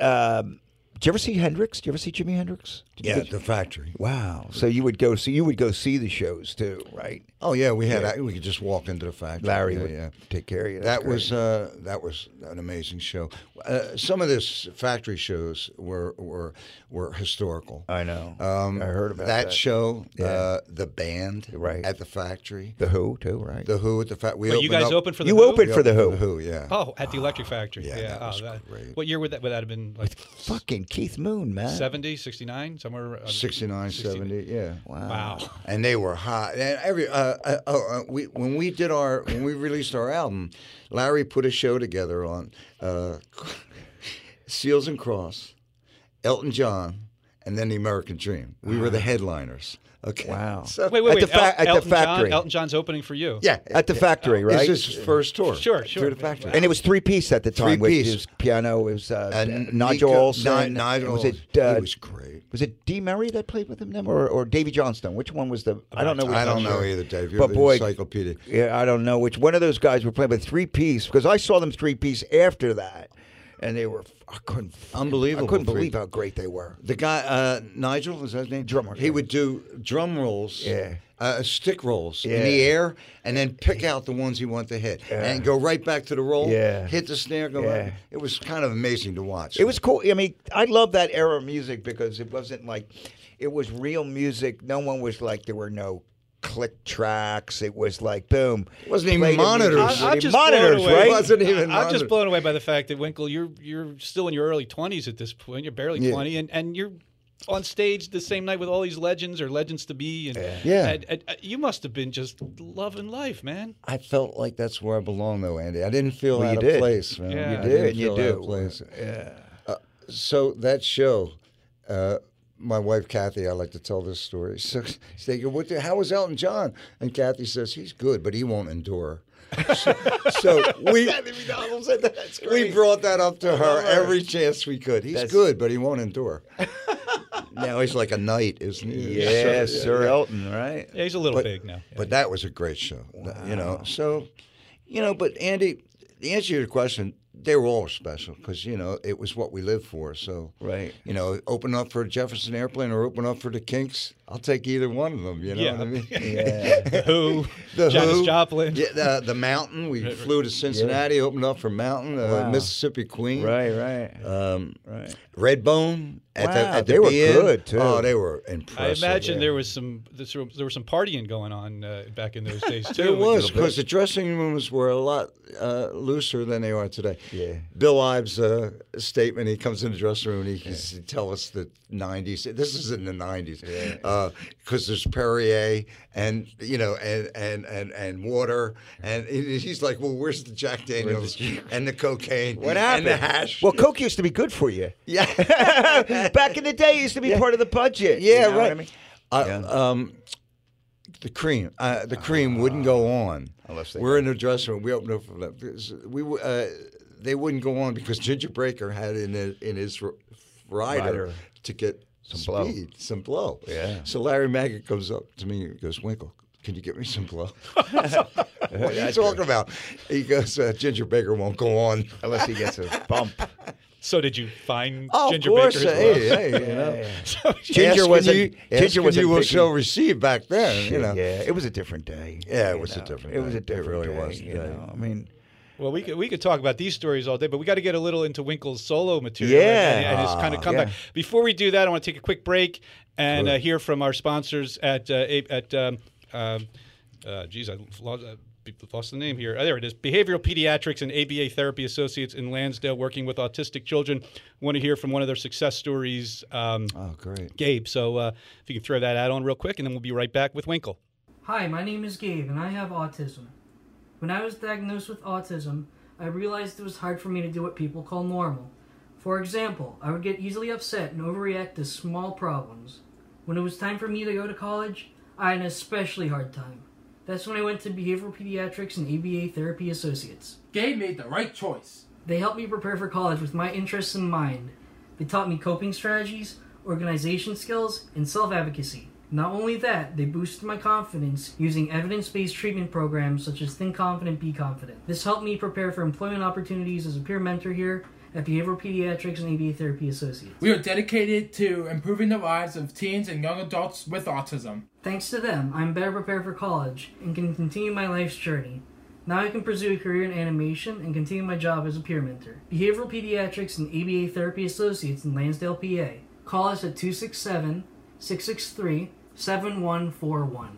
um, did you ever see Hendrix? Did you ever see Jimi Hendrix? Did you
Yeah,
get-
the factory.
Wow. So you would go see you would go see the shows too, right?
Oh yeah, we had we could just walk into the factory.
Larry
yeah,
would
yeah.
take care of you. That's
That was uh, that was an amazing show. Uh, some of this factory shows were were were historical.
I know.
Um,
Uh, I heard about that.
show. Uh, the band
Right.
at the factory.
the Who too, right?
The Who at the factory.
But you guys opened for the
you
Who?
opened for the Who.
The Who, yeah.
Oh, at the Electric Factory.
Yeah,
Yeah.
that was
oh, that-
great.
What year would that would that have been? Like
Fucking Keith Moon, man.
70, 69, somewhere. uh,
69, 70, yeah.
Wow.
and they were hot. And every uh, uh, uh, uh, we when we did our when we released our album, Larry put a show together on uh, Seals and Cross, Elton John, and then the American Dream. We were the headliners. Okay.
Uh-huh. Wow.
So,
Wait, wait,
At
wait.
the fa- at the
Elton
factory.
John, Elton John's opening for you.
yeah,
At the factory, right?
It's his first tour.
Sure, sure.
Through the factory.
and it was three piece at the time with
Three-piece.
his piano. It was uh,
And
Nigel
Nico-
Olsen.
Ni- Nigel
was it
Olsen.
uh,
he was great.
was it D. Murray that played with him then, or, or Davy Johnstone? Which one was the? I don't know. Which
I don't
one-
know either, Dave. You're
But
the
boy,
encyclopedia.
Yeah, I don't know which one of those guys were playing, but three piece because I saw them three piece after that, and they were I couldn't
Unbelievable
I couldn't
three-
believe how great they were.
The guy uh, Nigel is that his name?
Drummer,
He
yeah.
would do drum rolls,
Yeah.
uh, stick rolls in
Yeah.
the air, and then pick out the ones he wanted to hit, and go right back to the roll.
Yeah.
hit the snare. Go.
Yeah.
Back. It was kind of amazing to watch.
It was cool. I mean, I love that era of music because it wasn't like it was real music. No one was like there were no click tracks. It was like boom. It
wasn't even monitors.
I, I'm just
monitors,
blown away.
right?
It wasn't even
I'm
monitored.
just blown away by the fact that Winkle, you're you're still in your early 20s at this point. You're barely 20, and, and you're on stage the same night with all these legends or legends to be. And
Yeah.
and- and- uh, you must have been just loving life, man.
I felt like that's where I belong, though, Andy. I didn't feel
Well,
out
you
of
did.
place. Man.
Yeah. You
I
did,
didn't
you
feel out of
do.
place. Yeah. Uh, so that show, uh, my wife Kathy, I like to tell this story. So they go, "What? The, how was Elton John?" And Kathy says, "He's good, but he won't endure." so, so we we brought that up to her every chance we could. He's good, but he won't endure. now he's like a knight, isn't he?
Yeah,
So-
Sir Elton, right?
Yeah, he's a little
But-
big now.
but that was a great show. You know, so, you know, but Andy, the answer to your question, they were all special because you know it was what we lived for. So
Right.
you know, open up for Jefferson Airplane or open up for the Kinks. I'll take either one of them. You know
Yeah.
what I mean?
Who?
The
Janis
Who,
Joplin.
Yeah, the, the Mountain. We flew to Cincinnati, opened up for Mountain, uh,
Wow.
Mississippi Queen.
Right, right,
Um,
right.
Redbone at the
Wow,
at the
they were
BN.
good, too.
Oh, they were
I
impressive.
imagine
yeah.
there was some this- there was some partying going on uh, back in those days too.
There was
A little bit.
because the dressing rooms were a lot uh, looser than they are today.
Yeah.
Bill Ives' uh, statement: He comes in the dressing room and he can s- tell us the '90s. This is in the '90s because there's Perrier and you know and and and, and water and he- he's like, well, where's the Jack Daniels and the cocaine?
What happened?
And the hash?
Well, Coke used to be good for you.
yeah.
Back in the day, it used to be part of the budget. you
Yeah,
know what
right.
I mean?
Uh, um, the cream, uh, the cream wouldn't go on.
Ah. Unless they-
we're in the dressing room. We opened up for them. We w- uh, they wouldn't go on because Ginger Breaker had in his, in his r- rider,
Rider.
to get some
blow.
speed, some blow.
Yeah.
So Larry Maggot comes up to me and goes, Winkle. Can you get me some blow? what are you
That's
talking about? He goes, uh, Ginger Baker won't go on.
Unless he gets a bump.
So did you find
Oh,
Ginger
of course.
Baker? as well?
hey, hey, you know.
So you-
Ginger
Asking
was a-
you,
Ginger
asking
was a
you will
picky-
shall receive back then. you know,
yeah, it was a different day.
Yeah, it
you
was a
know.
different
It was a
day. It
different
really
day,
was,
You
yeah.
know, I mean,
Well, we could we could talk about these stories all day, but we got to get a little into Winkle's solo material and,
Yeah.
and his kind of comeback.
yeah.
Before we do that, I want to take a quick break and uh, hear from our sponsors at uh, A- at um, um, uh, geez, I lost, uh, be- lost the name here. Oh, there it is. Behavioral Pediatrics and ABA Therapy Associates in Lansdale, working with autistic children. Want to hear from one of their success stories, um,
Uh.
Oh, great.
Gabe? So uh, if you can throw that ad on real quick, and then we'll be right back with Winkle.
Hi, my name is Gabe, and I have autism. When I was diagnosed with autism, I realized it was hard for me to do what people call normal. For example, I would get easily upset and overreact to small problems. When it was time for me to go to college, I had an especially hard time. That's when I went to Behavioral Pediatrics and ABA Therapy Associates.
Gabe made the right choice.
They helped me prepare for college with my interests in mind. They taught me coping strategies, organization skills, and self advocacy. Not only that, they boosted my confidence using evidence based treatment programs such as Think Confident, Be Confident. This helped me prepare for employment opportunities as a peer mentor here at Behavioral Pediatrics and ABA Therapy Associates.
We are dedicated to improving the lives of teens and young adults with autism.
Thanks to them, I'm better prepared for college and can continue my life's journey. Now I can pursue a career in animation and continue my job as a peer mentor. Behavioral Pediatrics and ABA Therapy Associates in Lansdale, PA. Call us at 267 663 7141.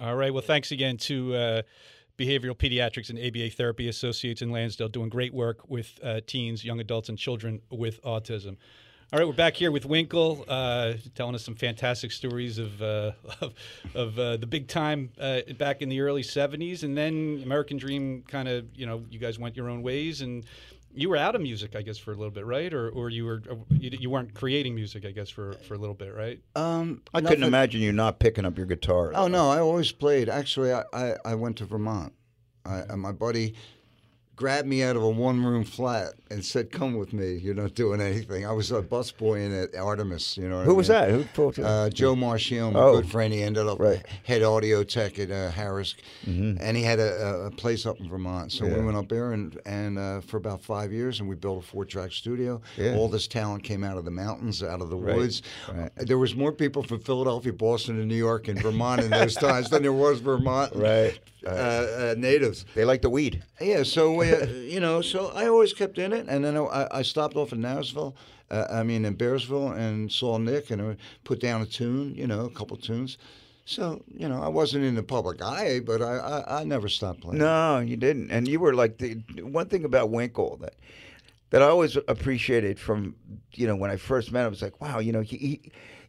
All right. Well, thanks again to uh, Behavioral Pediatrics and ABA Therapy Associates in Lansdale, doing great work with uh, teens, young adults, and children with autism. All right, we're back here with Winkle, uh, telling us some fantastic stories of uh, of, of uh, the big time uh, back in the early '70s, and then American Dream kind of you know you guys went your own ways, and you were out of music, I guess, for a little bit, right? Or or you were you, you weren't creating music, I guess, for for a little bit, right?
Um,
I couldn't imagine you not picking up your guitar.
Oh no, I always played. Actually, I, I, I went to Vermont. I, and my buddy grabbed me out of a one-room flat and said, "Come with me. You're not doing anything." I was a busboy in at Artemis. You know what I
Who was
mean?
that? Who pulled it?
Uh, Joe Marchione, my
Oh.
good friend, he ended up
Right. Mm-hmm.
head audio tech at uh, Harris, and he had a, a- a place up in Vermont. So we went up there and and uh, for about five years, and we built a four track studio.
Yeah.
All this talent came out of the mountains, out of the woods. Uh, There was more people from Philadelphia, Boston, and New York, and Vermont in those times than there was Vermont
Right.
uh, uh, natives.
they like the weed.
Yeah, so uh, you know, so I always kept in it, and then I, I stopped off in Nashville, uh, I mean in Bearsville, and saw Nick, and I put down a tune, you know, a couple tunes. So you know, I wasn't in the public eye, but I, I, I never stopped playing.
No, you didn't. And you were like the one thing about Winkle that that I always appreciated from you know when I first met him. I was like, wow, you know, he, he,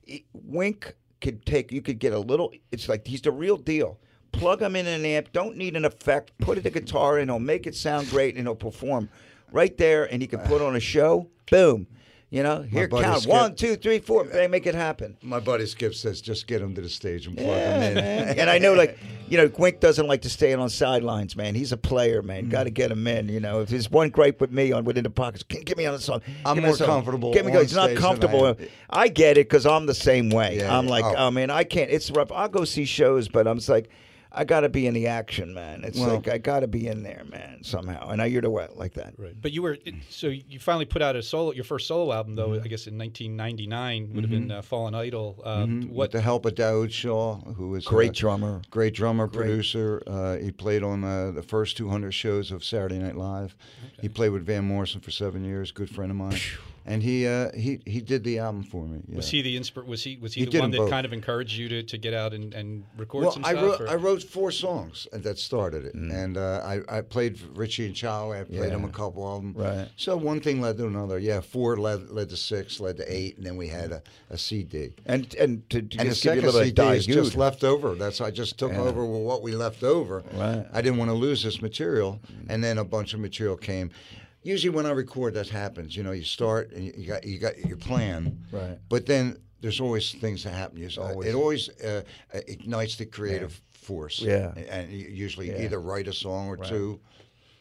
he- Wink could take. You could get a little. It's like he's the real deal. Plug him in an amp. Don't need an effect. Put the guitar in. He'll make it sound great, and he'll perform right there. And he can put on a show. Boom. You know, here
buddy
count
Skip-
one, two, three, four. They make it happen.
My buddy Skip says, just get him to the stage and plug him in.
and I know, like, you know, Quink doesn't like to stay on sidelines, man. He's a player,
Mm.
man. Got to get him in. You know, if there's one gripe with me on within the pockets, get, get me on the song.
I'm
Get me
more
some-
comfortable
Get me.
on
He's not
stage than
comfortable.
I
I,
am.
get it because I'm the same way.
Yeah,
I'm
yeah.
like,
Oh.
oh. man, I can't. It's rough. I'll go see shows, but I'm just like. I got to be in the action, man. It's
Well-
like I got to be in there, man, somehow. And I you're the wet like that.
Right. But you were it- so you finally put out a solo, your first solo album though.
Mm-hmm.
I guess in 1999 would have been uh, Fallen Idol. Uh,
Mm-hmm. With
What?
the help of Daoud Shaw, who uh, was
Great
a
drummer.
great drummer, producer. Uh, he played on uh, the first 200 shows of Saturday Night Live. He played with Van Morrison for seven years, good friend of mine. And he uh, he he did the album for me. yeah.
Was he the inspir? Was he was he,
He
the
did
one that
them both.
kind of encouraged you to, to get out and, and record
well,
some
I
stuff?
wrote
or-
I wrote four songs that started it, and uh, I I played for Richie and Charlie. I played
Yeah.
them a couple of them.
Right.
So one thing led to another. Yeah, four led led to six, led to eight, and then we had a, a CD.
And and to, to
And the
just give you a
second
little
CD is just
diude.
left over. That's I just took over with what we left over.
Right. Mm.
I didn't want to lose this material, and then a bunch of material came. Usually, when I record, that happens. You know, you start and you- you got you got your plan,
Right.
But then there's always things that happen. You-
Always.
It always uh, ignites the creative force.
Yeah.
and you usually
Yeah.
either write a song or two.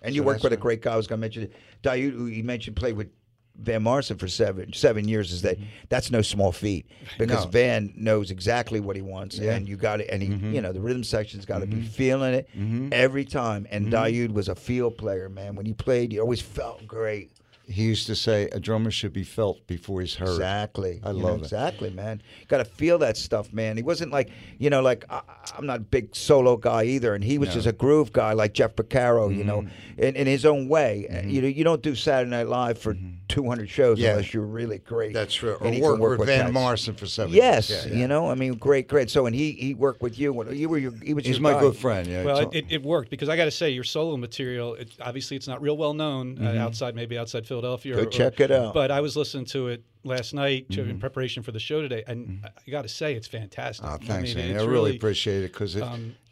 And you
So
worked
that's
with a
what-
great guy. I was going to mention Daoud, who you mentioned played with Van Morrison for seven seven years. Is that that's no small feat because
Mm-hmm. No.
Van knows exactly what he wants,
Yeah. Mm-hmm.
and you got to and he, you know, the rhythm section's got to be feeling it every time. And
Mm-hmm.
Daoud was a field player, man. When he played, he always felt great.
He used to say a drummer should be felt before he's heard.
Exactly.
I
You know,
love it.
Exactly, man. Got to feel that stuff, man. He wasn't like, you know, like I, I'm not a big solo guy either, and he was just a groove guy like Jeff Beccaro, you know,
Mm-hmm.
in, in his own way. Uh, You know, you don't do Saturday Night Live for 200 shows
Mm-hmm. Yeah.
unless you're really great.
That's true. Or
and you can
work, with Van
guys.
Morrison for seven.
Yes,
years. Yeah, yeah.
you know, I mean, great, great. So, and he he worked with you. When, you were your, he was
He's
your
my
guy.
good friend. Yeah.
Well,
Tom-
it, it worked because I got to say your solo material. It, obviously, it's not real well known
Mm-hmm.
uh, outside, maybe outside Philadelphia.
Go check it out.
But I was listening to it last night to, in preparation for the show today, and I got to say it's fantastic.
Mm-hmm. Oh,
I
thanks,
mean,
Andy. I
it's
really, appreciate it because it,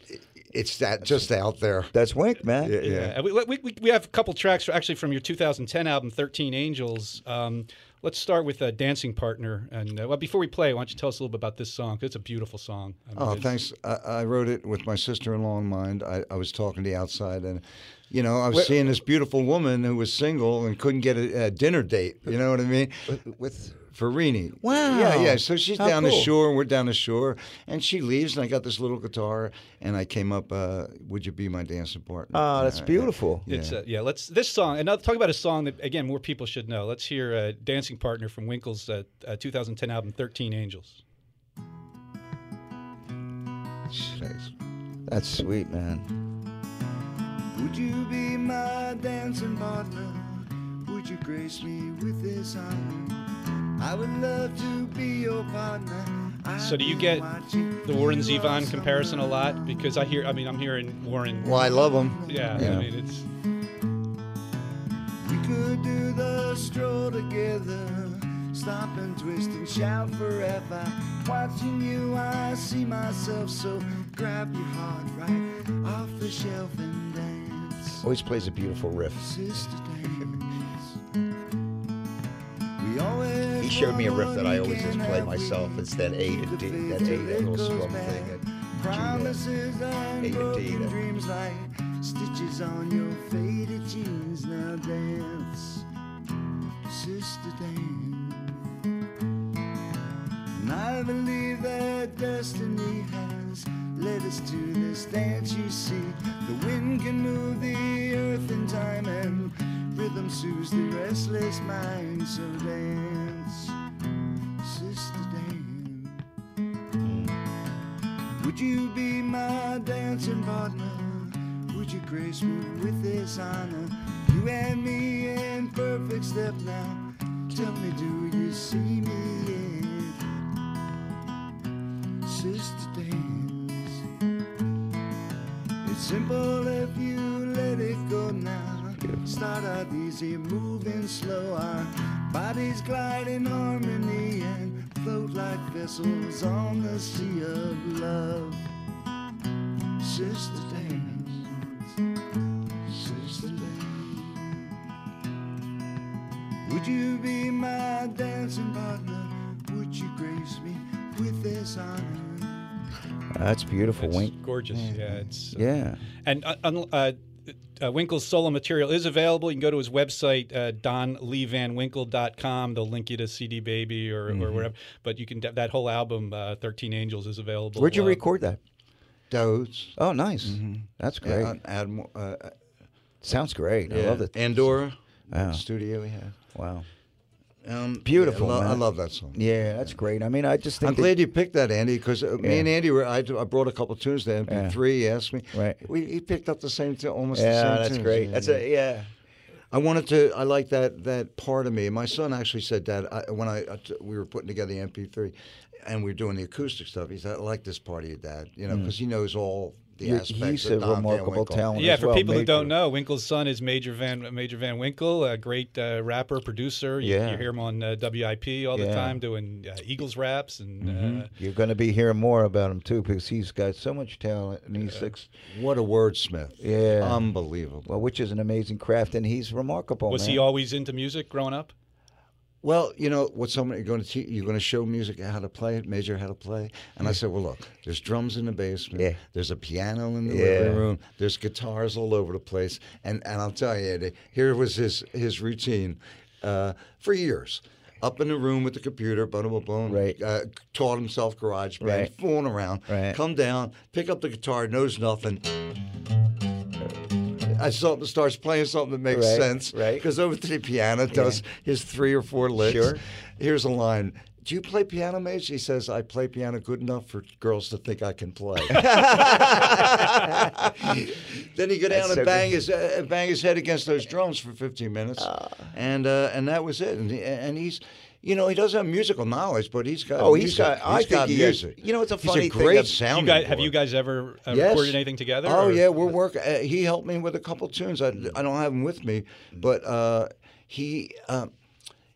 it- it's that just out there.
That's Wink, man.
Yeah, yeah.
Yeah, Uh, we, we, we- we have a couple tracks for, actually from your 2010 album, 13 Angels. Um, let's start with uh, Dancing Partner. And uh, well, before we play, why don't you tell us a little bit about this song? 'Cause It's a beautiful song. I mean,
Oh,
it's-
thanks. I, I wrote it with my sister-in-law in mind. I, I was talking to the outside, and you know, I was seeing this beautiful woman who was single and couldn't get a, a dinner date. You know what I mean?
With
Farini.
Wow.
Yeah, yeah. So she's
How
down the
cool.
shore, and we're down the shore, and she leaves, and I got this little guitar, and I came up. Uh, Would you be my dancing partner?
oh, that's
Uh, yeah.
beautiful.
It's uh, yeah. Let's this song. Another talk about a song that again more people should know. Let's hear uh, "Dancing Partner" from Winkle's uh, uh, 2010 album "13 Angels."
Thanks.
That's sweet, man.
Would you be my dancing partner? Would you grace me with this honor? I would love to be your partner.
So do you get the Warren Zevon comparison a lot? Because I hear, I mean, I'm hearing Warren.
Well, I love him.
Yeah,
Yeah.
I mean, it's
We could do the stroll together, stop and twist and shout forever. Watching you, I see myself, so grab your heart right off the shelf and dance.
Always plays a beautiful riff.
Sister dance. We always
He showed me a riff that I always just play
wanna
myself. It's that A to D, that A, that little strum thing. That G
Promises and
Hey, you
broken
did it.
dreams like stitches on your faded jeans. Now dance, sister, dance. And I believe that destiny has led us to this dance. You see, the wind can move the earth in time, and rhythm soothes the restless mind. So dance, sister, dance. Would you be my dancing partner? Would you grace me with this honor? You and me in perfect step now. Tell me, do you see me yet? Sister dance. It's simple if you let it go now. Start out easy, moving slow. Our bodies glide in harmony and float like vessels on the sea of love. Sister dance, sister dance. Would you be my dancing partner? Would you grace me with this honor?
That's beautiful,
it's
Wink.
gorgeous. Yeah, it's
Yeah.
And uh, un- uh, uh, Winkle's solo material is available. You can go to his website, uh, donleevanwinkle.com. They'll link you to CD Baby
Mm-hmm.
or, or wherever. But you can that whole album, uh, 13 Angels, is available.
Where'd you
uh,
record that?
Does.
Oh, nice. That's great.
Uh, Admiral, uh,
Sounds great. I
yeah.
love it.
Andorra
Yeah.
studio we have.
wow.
Um,
Beautiful,
yeah, I, lo-
man.
I love that song.
Yeah, that's great. I mean, I just think
I'm
that-
glad you picked that, Andy, because
Yeah.
me and Andy were. I, I brought a couple tunes there.
Yeah.
Three he asked me.
Right.
We, he picked up the same, tune, almost the same.
Yeah, that's
tunes.
great.
Yeah,
That's
yeah.
a yeah.
I wanted to. I like that that part of me. My son actually said that I, when I, I t- we were putting together the MP3, and we were doing the acoustic stuff. He said, "I like this part of your dad," you know, because he knows all the
Mm. He-
aspects.
he's
of
a
Don Van
remarkable
Winkle.
talent.
Yeah,
as
for
well,
people who
Major.
don't know, Winkle's son is Major Van Major Van Winkle, a great uh, rapper producer. You,
Yeah.
you hear him on uh, WIP all the
Yeah. Mm-hmm.
time doing uh, Eagles raps and uh,
You're going to be hearing more about him too because he's got so much talent and he's six.
What a wordsmith!
Yeah.
unbelievable.
Well, which is an amazing craft, and he's remarkable.
was
Oh, man.
he always into music growing up?
Well, you know what? Somebody going to teach you're going to show music how to play it, major how to play. And I said, well, look, there's drums in the basement.
Yeah.
There's a piano in the
Yeah.
living room. There's guitars all over the place. And and I'll tell you, Andy, here was his his routine uh, for years. Up in the room with the computer, boom, boom, boom.
Right.
Uh, taught himself garage band,
Right.
fooling around.
Right.
Come down, pick up the guitar, knows nothing. I something starts playing something that makes
Right,
sense.
right.
Goes over to the piano, does his three or four licks.
Sure.
Here's a line. Do you play piano, Mage? He says, I play piano good enough for girls to think I can play. then he go down
That's so
and bang
good.
his uh, bang his head against those drums for 15 minutes, and uh, and that was it. And, he, and he's, you know, he doesn't have musical knowledge, but he's got.
Oh, he's
music.
got- I
He's
think
got
he has-
music.
you know, it's a
He's
funny thing
a great
ab- You
You
sound.
guys, have you guys ever uh,
Yes.
recorded anything together?
Oh
or-
yeah, we're working. Uh, he helped me with a couple tunes. I, I don't have them with me, but uh, he uh,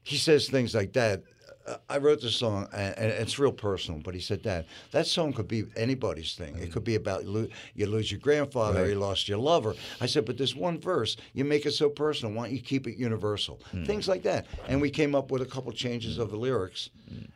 he says things like that. Uh, I wrote this song, and, and it's real personal. But he said that that song could be anybody's thing. It could be about lo- you lose your grandfather, or you lost your lover. I said, but this one verse, you make it so personal. Why don't you keep it universal?
Hmm.
Things like that. And we came up with a couple changes of the lyrics.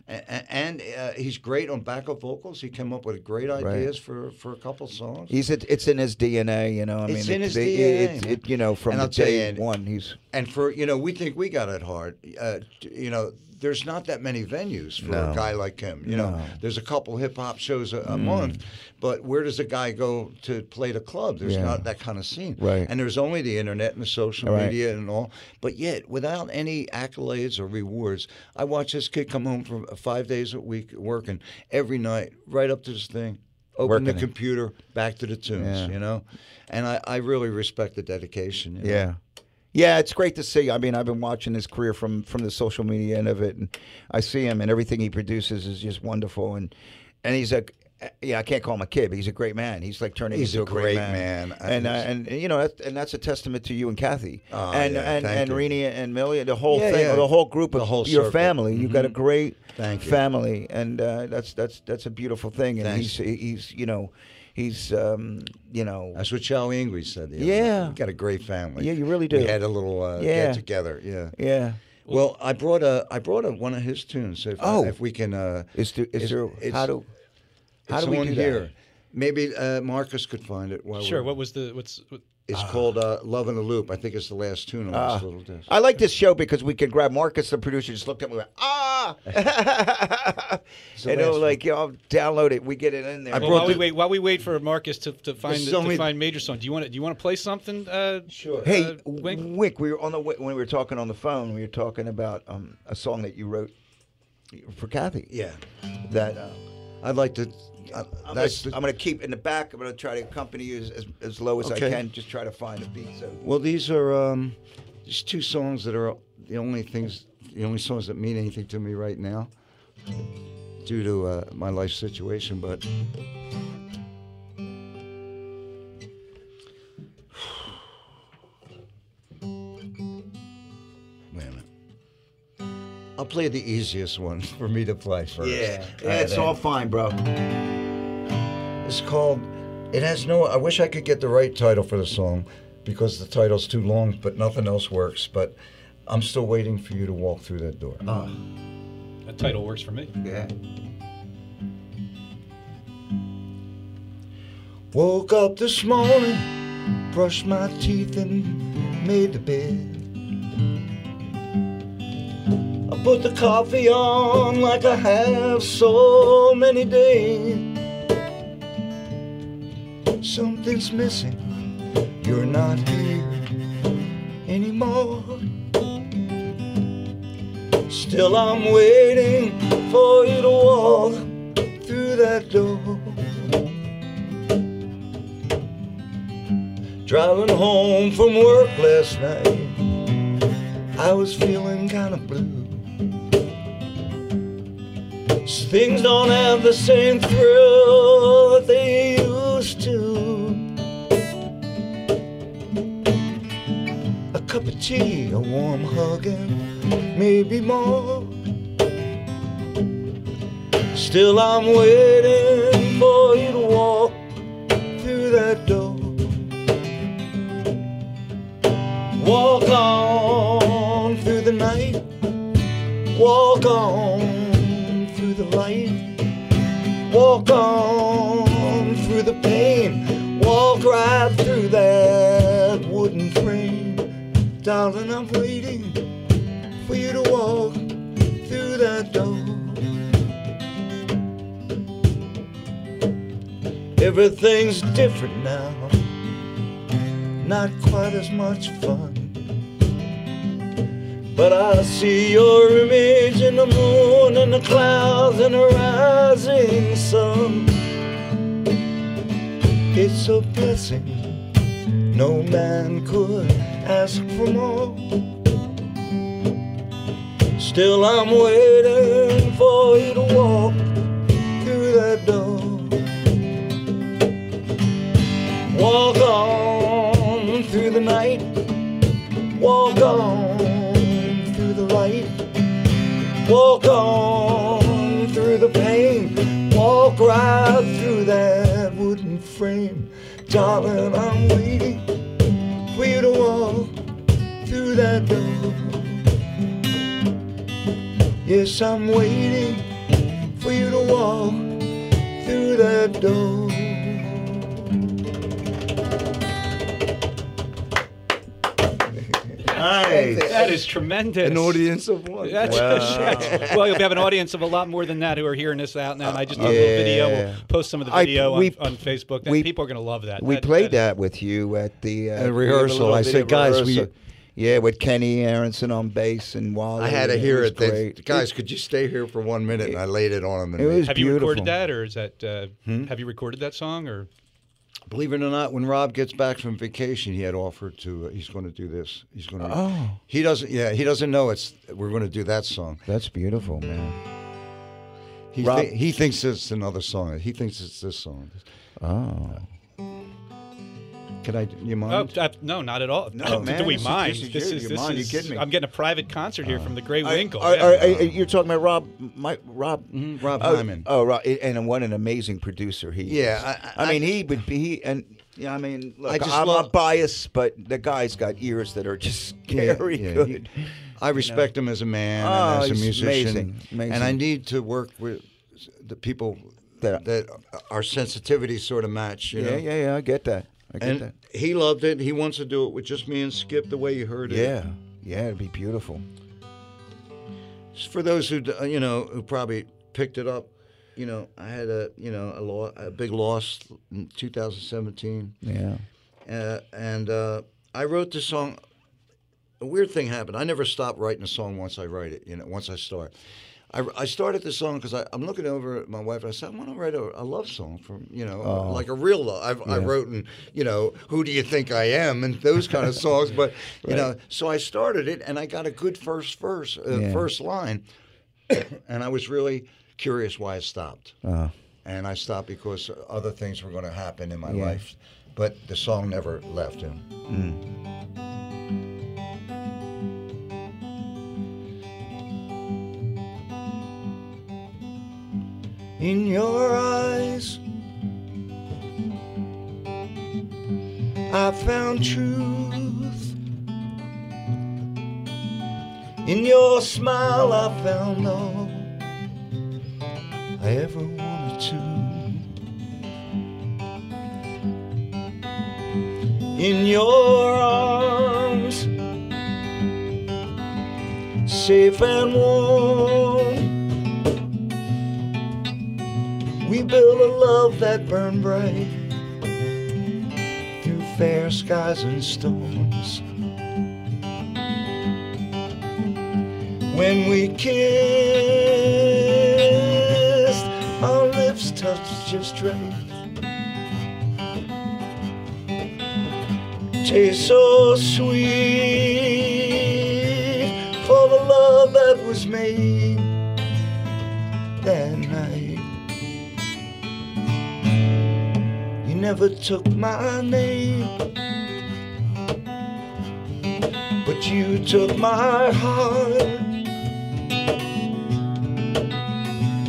A- a- And uh, he's great on backup vocals. He came up with great ideas for, for a couple songs.
He's it, it's in his DNA, you know. I
It's
mean,
in
it,
his
they-
DNA,
It, it,
man.
it, you know, from
And
the
I'll tell you,
day
Andy-
one, he's
And for you know, we think we got it hard. Uh, t- you know, there's not that many venues for
No.
a guy like him. You
No. Mm.
know, there's a couple hip hop shows a, a month, but where does a guy go to play the club? There's
Yeah.
not that kind of scene.
Right.
And there's only the internet and the social
Right.
media and all. But yet, without any accolades or rewards, I watch this kid come home from uh, five days a week working every night, right up to this thing. Open
Working
the
it.
computer, back to the tunes,
Yeah.
you know, and I, I really respect the dedication. you know?
Yeah. Yeah, it's great to see. I mean, I've been watching his career from from the social media end of it, and I see him, and everything he produces is just wonderful. And and he's a yeah, I can't call him a kid, but he's a great man. He's like turning
He's
into
a
a great,
great
man.
man. I-
And, uh, and and you know, that's, and that's a testament to you and Kathy,
Oh,
and
yeah,
and
thank
and
you.
Renia and Millie, the whole
Yeah,
thing,
yeah.
the whole group of
The whole
your
circle. Mm-hmm.
family. You've got a great
Thank you.
family, and uh, that's that's that's a beautiful thing. And
Thanks.
he's he's you know, he's um, you know,
That's what Chow Ingwe said. The other
Yeah.
night. You got a great family.
Yeah, you really do.
We had a little uh,
Yeah.
get together. Yeah.
yeah.
Well, I brought a I brought a, one of his tunes. If,
Oh.
if we can. Uh,
Is there, is
it's-
there
it's-
how do how
it's
do we
on
do
here.
that?
Maybe uh, Marcus could find it. While
Sure.
we're-
What was the what's what,
it's called uh, "Love in a Loop." I think it's the last tune on
Ah.
this little disc.
I like this show because we can grab Marcus, the producer, just looked at me and went, ah,
the
and it'll
last
like, you know, download it. We get it in there.
I
well,
brought
while we
the-
wait while we wait for Marcus to, to find
There's
the,
so
to
many-
find Major song. Do you want to do you want to play something? Uh, sure.
hey, Wick?
Wink?
we were on the when we were talking on the phone. We were talking about um, a song that you wrote for Kathy.
Yeah.
that uh,
I'd like to. Uh,
I'm, gonna,
that's the-
I'm gonna keep in the back. I'm gonna try to accompany you as, as, as low as I
Okay.
can. Just try to find a beat. So
Well, these are um, just two songs that are the only things, the only songs that mean anything to me right now, due to uh, my life situation. But wait a minute. I'll play the easiest one for me to play first.
yeah, it's all fine, bro.
It's called. It has no. I wish I could get the right title for the song, because the title's too long. But nothing else works. But I'm still waiting for you to walk through that door.
That title works for me.
Yeah.
Woke up this morning, brushed my teeth and made the bed. I put the coffee on like I have so many days. Something's missing. You're not here anymore. Still, I'm waiting for you to walk through that door. Driving home from work last night, I was feeling kind of blue. Things don't have the same thrill that they used to. A cup of tea, a warm hug, and maybe more. Still, I'm waiting for you to walk through that door. Walk on through the night. Walk on through the light. Walk on through the pain. Walk right through that wooden frame. Darling, I'm waiting for you to walk through that door. Everything's different now. Not quite as much fun. But I see your image in the moon and the clouds and the rising sun. It's a blessing no man could ask for more. Still, I'm waiting for you to walk through that door. Walk on through the night. Walk on through the light. Walk on through the pain. Walk right through that wooden frame. Darling, I'm waiting for you to walk through that door. Yes, I'm waiting for you to walk through that door. Nice.
That is tremendous.
An audience of one.
That's, that's- well, you'll have an audience of a lot more than that who are hearing this out now. And I just did a little video. We'll
Yeah.
post some of the
I-
video
we-
on, on Facebook. Then
we-
people are going to love that.
We played that with you at the uh,
At rehearsal.
we had a little
I
bit
said,
of
"Guys, we-
rehearsal." yeah, with Kenny Aronson on bass and Wally.
I had to
and
hear
was
it. They-
great.
guys, could you stay here for one minute? And I laid it on them.
It was
Have you recorded
beautiful.
that, or is that? Uh,
Hmm?
Have you recorded that song, or
believe it or not, when Rob gets back from vacation, he had offered to. Uh, he's going to do this. He's going to.
Oh.
He doesn't. Yeah, he doesn't know it's. We're going to do that song.
That's beautiful, man.
He
Rob-
thi- he thinks it's another song. He thinks it's this song.
Oh,
Can I? You
oh,
mind?
uh, no, not at all.
No, man,
do we
this is-
mind?
this is you. You mind? You kidding me?
I'm getting a private concert here from the Great Winkle.
Are,
yeah.
are- are- you're talking about Rob, Mike, Rob,
Mm-hmm, Rob
oh,
Hyman.
Oh, Rob, and what an amazing producer he is.
Yeah, I-
I,
I-
mean, he would be. He, and yeah, I mean, look,
I just
I'm
love-
not biased, but the guy's got ears that are just
Yeah,
very
yeah, he-
good.
I respect him as a man
Oh,
and as a
he's
musician.
amazing, amazing.
And I need to work with the people that,
That-
our sensitivities sort of match. You
yeah,
know?
yeah, yeah. I get that. I get
And
that.
he loved it. He wants to do it with just me and Skip the way you heard it.
Yeah, yeah, it'd be beautiful.
For those who d- uh, you know who probably picked it up, you know I had a you know a, lo- a big loss in 2017,
Yeah.
uh, and uh, I wrote this song. A weird thing happened. I never stop writing a song once I write it. You know, once I start. I, I started this song because I'm looking over at my wife and I said I want to write a, a love song from you know uh, like a real love. I've, I wrote and you know who do you think I am and those kind of songs. But you know, so I started it and I got a good first verse, uh,
Yeah.
first line, and I was really curious why I stopped.
Uh-huh. Uh,
And I stopped because other things were going to happen in my
Yeah.
life, but the song never left him. in your eyes. I found truth. In your smile, I found all I ever wanted to. In your arms, safe and warm. We built a love that burned bright fair skies and storms. When we kissed, our lips touched just right. Taste so sweet for the love that was made that night. You never took my name, but you took my heart.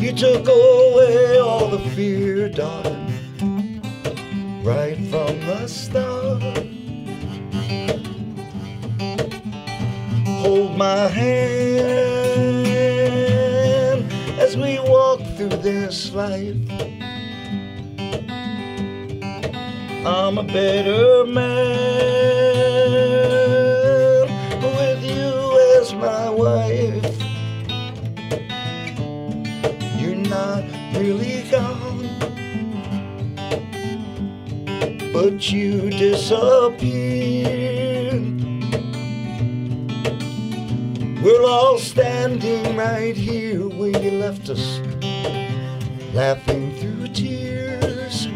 You took away all the fear, darling, right from the start. Hold my hand as we walk through this life. I'm a better man with you as my wife. You're not really gone, but you disappeared. We're all standing right here where you left us, laughing through tears.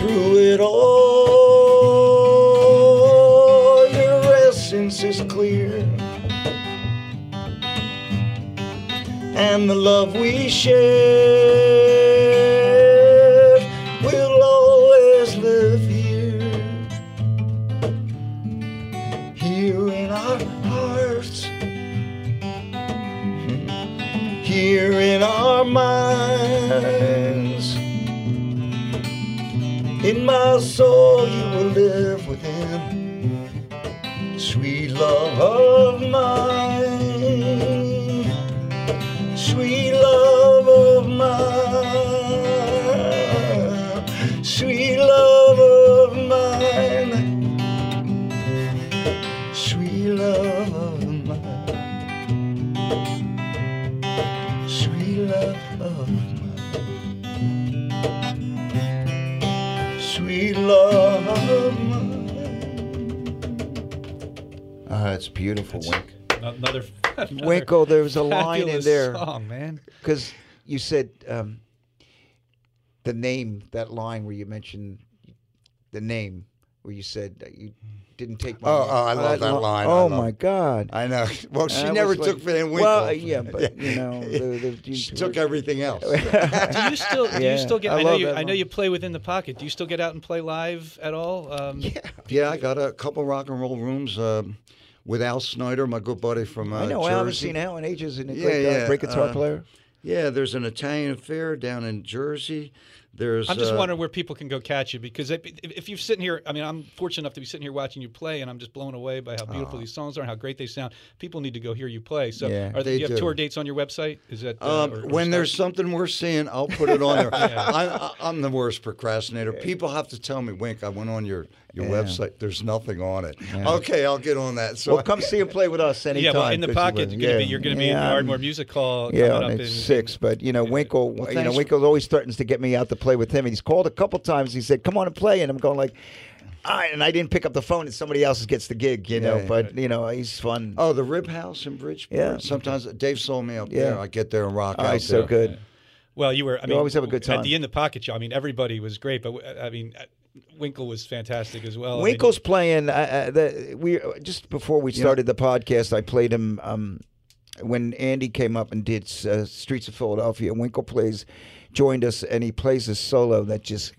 Through it all, your essence is clear. and the love we share will always live here, here in our hearts, here in our minds. In my soul, you will live within. Sweet love of mine sweet love of mine, sweet love of mine, sweet love of mine, sweet love of mine, sweet love of mine.
uh,
Ah, it's beautiful, Wink.
Another, another
Winkle, there was a line in
fabulous
there
song, man.
because you said um, the name. That line where you mentioned the name, where you said that you didn't take my.
Oh,
name.
oh, I love that
li-
line. I
Oh
love- Uh,
my god.
I know. Well, she
I
never
was
took
like-
Van Winkle.
Well, yeah, but you know, the, the, you,
she took everything else.
Do you still? Do
Yeah,
you still get?
I
I, know
love
you.
that
I know
one.
you play within the pocket. Do you still get out and play live at all? Um, yeah.
yeah, I got a couple rock and roll rooms um, with Al Snyder, my good buddy from uh,
I know.
Jersey.
I haven't seen Alan ages in a
Yeah,
great, uh,
yeah,
great guitar
uh,
player.
Yeah, there's an Italian fair down in Jersey. There's.
I'm just
uh,
wondering where people can go catch you because if, if- if you're sitting here, I mean, I'm fortunate enough to be sitting here watching you play, and I'm just blown away by how beautiful these songs are and how great they sound. People need to go hear you play. So,
Yeah,
are
they
you have
do.
tour dates on your website? Is that uh,
Um,
or- or
when there's
stuff?
something worth seeing, I'll put it on there. I, I, I'm the worst procrastinator. People have to tell me, Wink, I went on your, your website. There's nothing on it. Okay, I'll get on that. So
Well, come see him play with us anytime.
yeah, well, in the
Chrissy
pocket,
Wilson.
you're gonna be
Yeah.
you're gonna be in
Yeah,
the
I'm-
Ardmore Music Hall
Yeah,
coming up
and
in
it's six. But you know, Winkle, you know,
thanks.
Winkle always threatens to get me out to play with him, and he's called a couple times. He said, "Come on and play," and I'm going like, "All right," and I didn't pick up the phone, and somebody else gets the gig, you know.
Yeah,
but you know, he's fun.
Oh, the Rib House in Bridgeport.
Yeah.
Sometimes Dave sold me up
Yeah.
there. I get there and rock
Oh,
out.
he's so
there.
good.
Well, you were. I mean,
always have a good
at
time.
the in the pocket show. I mean, everybody was great, but w- I mean, uh, Winkle was fantastic as well. I mean,
Winkle's playing. Uh, uh, the, we just before we started the podcast, I played him um, when Andy came up and did uh, Streets of Philadelphia. Winkle plays, joined us, and he plays a solo that just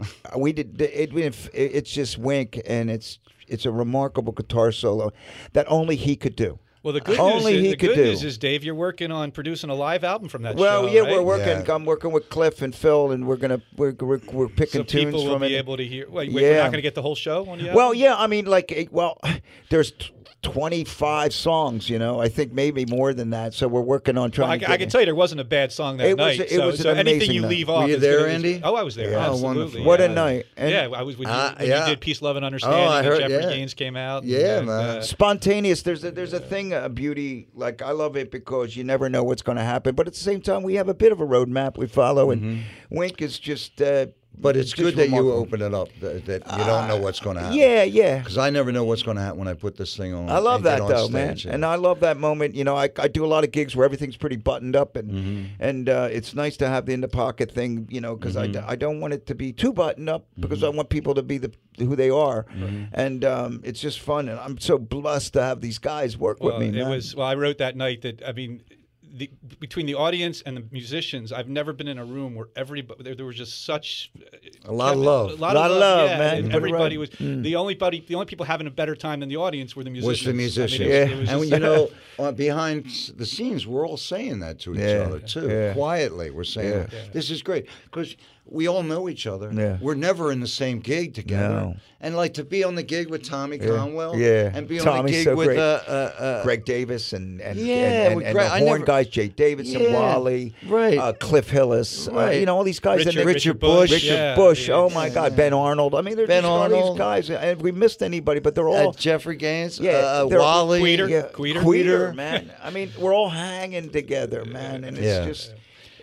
uh, we did. It, it it's just Wink, and it's it's a remarkable guitar solo that only he could do.
well, the good
only
news is,
he
the
could
good
do.
news is, Dave, you're working on producing a live album from that.
Well,
show,
yeah,
right?
we're working.
Yeah.
I'm working with Cliff and Phil, and we're gonna we're we're, we're
So
picking tunes
people will
from
be
it.
able to hear. Wait, wait, we're
Yeah.
not going to get the whole show on the
Well,
album?
yeah, I mean, like, it- well, there's t- 25 songs, you know. I think maybe more than that. So we're working on trying.
I,
to
I can tell you there wasn't a bad song that
It was-
night.
it
so,
was an
so anything
amazing
you
night.
leave
Were
off,
you
is
there,
gonna-
Andy?
Oh, I was there.
Yeah. Oh,
absolutely.
wonderful.
What
yeah.
a night! And
yeah, I was when you,
Uh,
when you
yeah.
did Peace, Love, and Understanding.
Oh, I
when
heard-
Jeffrey
yeah.
Gaines came out.
Yeah,
and,
man.
uh,
Spontaneous. There's a, there's a thing, a beauty. Like I love it because you never know what's going to happen. But at the same time, we have a bit of a roadmap we follow, and Wink is just uh,
Mm-hmm. But it's
just
good that you
remarkable. Uh,
open it up. That, that you don't know what's going to happen.
Yeah, yeah.
Because I never know what's going to happen when I put this thing on.
I love
and get
that
on
though,
stage,
man.
yeah.
And I love that moment. You know, I, I do a lot of gigs where everything's pretty buttoned up, and
Mm-hmm.
and uh, it's nice to have the in the pocket thing. You know, because I d-
Mm-hmm.
I, don't want it to be too buttoned up because I want people to be the who they are,
Mm-hmm.
and um, it's just fun. And I'm so blessed to have these guys work
Well,
with me.
it
man.
was well. I wrote that night that I mean, the, between the audience and the musicians, I've never been in a room where everybody there, there was just such uh,
A lot of love.
A lot, of
Lot of
love,
love,
yeah,
man.
and
You're
Everybody
right.
was the only buddy, the only people having a better time than the audience were the musicians.
Hmm. was the musician.
I mean, it was-
Yeah.
it was
and
just-
you know, uh, behind s- the scenes, we're all saying that to each
Yeah.
other too.
Yeah.
Quietly, we're saying,
Yeah.
"This is great," because we all know each other.
Yeah.
We're never in the same gig together.
No.
And like to be on the gig with Tommy Conwell,
Yeah.
and be on the
Tommy's
gig
so
with
great.
uh, uh, uh,
Greg Davis and and,
Yeah,
and, and,
with
and
Greg-
the
I
horn
never-
guys, Jay Davidson,
Yeah,
Wally,
right.
uh, Cliff Hillis, uh,
Right.
you know all these guys.
Richard-
and
Richard Richard Bush,
Richard
yeah,
Bush.
yeah.
Oh my God, Ben Arnold. I mean, there's
Ben
just all
Arnold.
these guys. And we missed anybody, but they're all
uh, Jeffrey Gaines,
Oh. yeah,
uh,
they're all-
Wally,
Queeter.
yeah,
Queeter.
Queeter, man. I mean, we're all hanging together, man, and it's
Yeah.
just.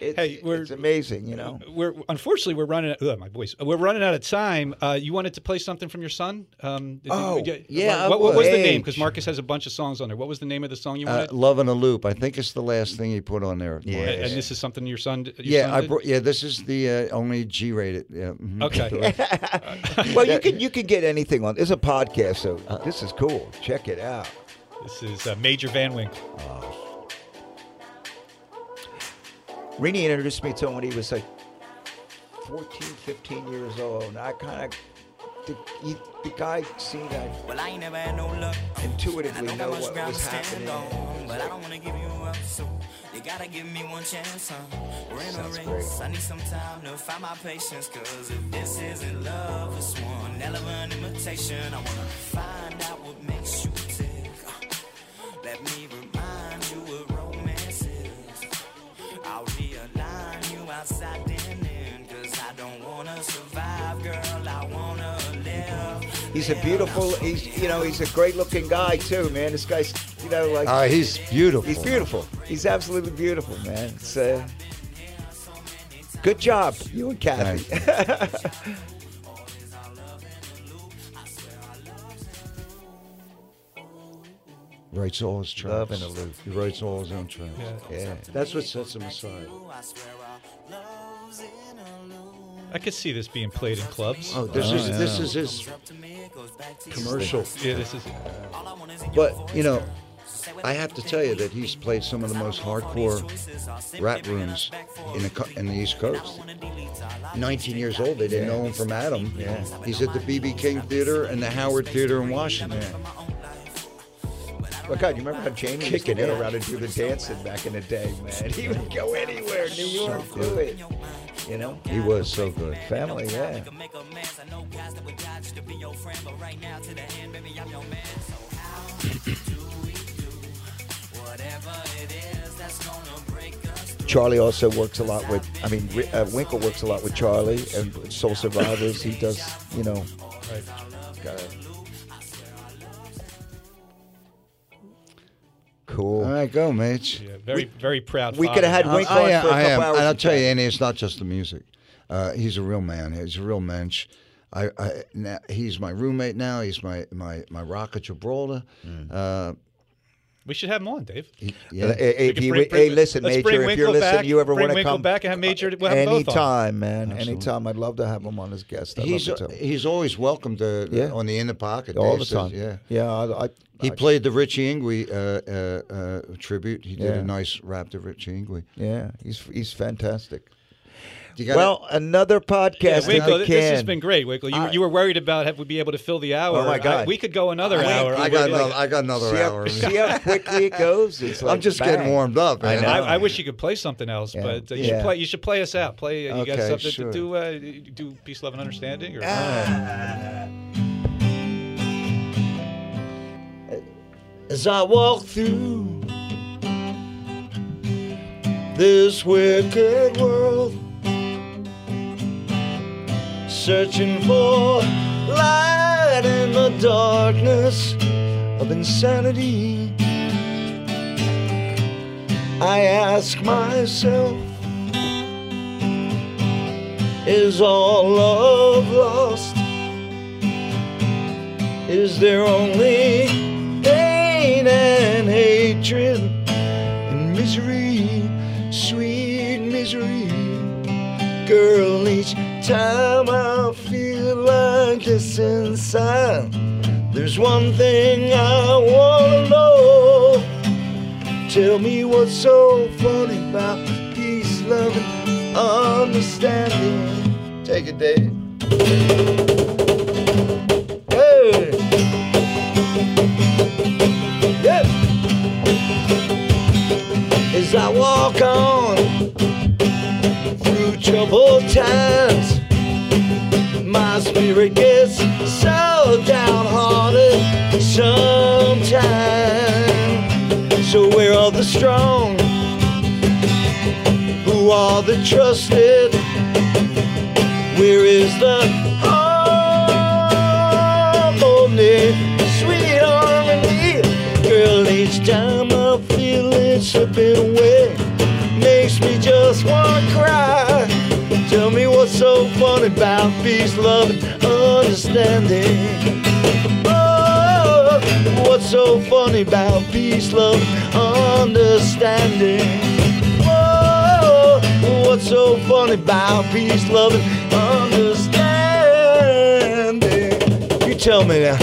It's,
Hey, we're-
it's amazing, you know.
we're unfortunately we're running. ugh, my voice. We're running out of time. Uh, you wanted to play something from your son? Um, did-
Oh,
did-
yeah, I
What, what was the
would.
name? Because Marcus has a bunch of songs on there. What was the name of the song you
uh,
wanted?
Love in a Loop. I think it's the last thing he put on there.
and,
Marcus.
and this is something your son. Your son
yeah, I
did?
brought, yeah. This is the uh, only G-rated. Yeah. mhm.
Okay.
Well, you can you can get anything on. It's a podcast, so this is cool. Check it out.
this is uh, Major Van Winkle.
Rini introduced me to him when he was like 14, 15 years old. And I kind of, the, he, the guy seemed like
Well, I ain't never had no luck.
intuitively
And I
know
know how
what
much ground to
was
stand
happening.
on. But I don't wanna give you up, so you gotta give me one chance, huh? We're in
Sounds
a
great.
race. I need some time to find my patience. Cause if this isn't love, it's one hell of an imitation. I wanna find out what makes you tick. Let me remind you what romance is. I'll realign you outside then in. Cause I don't wanna survive, girl. I wanna live.
He's a beautiful, he's, you know, he's a great looking guy too, man. This guy's, you know, like,
Uh, he's beautiful.
he's beautiful. He's absolutely beautiful, man. It's, uh, good job, you and Kathy.
Writes all his tracks.
Love in a loop.
He writes all his own tracks.
yeah.
That's what sets him aside.
I swear our love's in a loop.
I could see this being played in clubs. Uh,
Oh, this
Oh,
is
yeah.
this is his
Up to me, it goes back to you.
commercial.
yeah, this is.
All I want is in your
But
voice,
you know,
girl. Say what
I have to tell you that he's played some of the most hardcore rap rooms in the co- in the East Coast. 19 years old, they didn't know him from Adam. Yeah. He's at the BB King Theater and the Howard Theater in Washington.
But God, you remember how Jamie used to
Kicking
get
it.
around and do the dancing back in the day, man. He would go anywhere, New York, do it. You know,
He was so good.
family, yeah.
Make a mess. I know guys that would die just to be your friend, but right now to the end, baby, I'm your man. So how do we do whatever it is that's gonna break us through?
Charlie also works a lot with. I mean, Ri- uh, Winkle works a lot with Charlie and Soul Survivors. He does, you know. Uh,
All
cool.
right, go, Mitch.
Yeah, very, very proud.
we
father.
coulda had-
I,
Winkle on
I,
for a couple
I am.
hours
And I'll
to
tell you,
chat.
Andy, it's not just the music. Uh, he's a real man. He's a real mensch. I, I now, he's my roommate now. He's my my my rock at Gibraltar. Uh,
We should have him on, Dave.
Uh,
yeah.
Hey,
We
if
could
you,
bring-
hey,
bring-
listen,
let's
Major,
bring
if you're
Winkle
listening,
back-
you ever
bring
want to
Winkle
come
back and have Major- we'll have both on.
anytime, man, anytime. I'd love to have him on as guest. I
He's uh,
love it too.
he's always welcome to uh,
Yeah.
on the in the pocket
all
Dave
the time.
says, Yeah.
yeah. I, I,
He
I-
played the Richie Ingwe uh, uh, uh, tribute. He did
Yeah.
a nice rap to Richie Ingwe.
yeah, he's he's fantastic.
You gotta-
Well, another
Yeah,
podcast. if
Winkle,
you
th- this has
can.
been great, Winkle. You,
I-
you were worried about have we be able to fill the hour.
Oh, my God.
I- we could go another
I-
hour.
I
We
got
would like-
another. I got another
see
hour.
How, see how quickly it goes. It's like
I'm just
bang.
getting warmed up.
I
man.
know.
I, I wish you could play something else,
Yeah.
but uh, you should
Yeah.
play. You should play us out. Play. uh, You got
Okay,
something to
sure.
do? Uh, do peace, love, and understanding? Or,
Ah.
As I walk through this wicked world, searching for light in the darkness of insanity, I ask myself,
Is all love lost? Is there only pain and hatred and misery, sweet misery? Girl, each time I feel like this inside, there's one thing I wanna know. Tell me what's so funny about peace, love, and understanding. Take it, Dave. Hey. Yep. As I walk on through troubled times, my spirit gets so downhearted sometimes. So where are the strong? Who are the trusted? Where is the harmony? Sweet harmony. Girl, each time I feel it slipping away, makes me just want to cry. Tell me what's so funny about peace, love, and understanding. Oh, what's so funny about peace, love, understanding? Oh, what's so funny about peace, love, and understanding? You tell me now.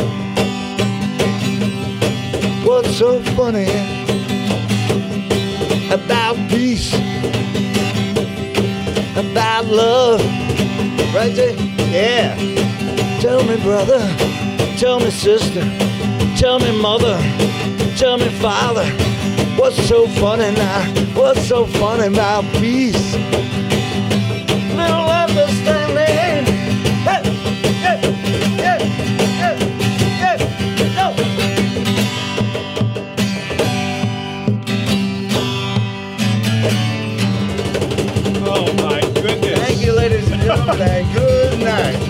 What's so funny about peace, about love? Right there? Yeah. Tell me, brother. Tell me, sister. Tell me, mother. Tell me, father. What's so funny now? What's so funny about peace? Little understanding. Hey, hey, hey, hey, hey, no.
Oh my goodness.
Thank you, ladies and gentlemen. Good night.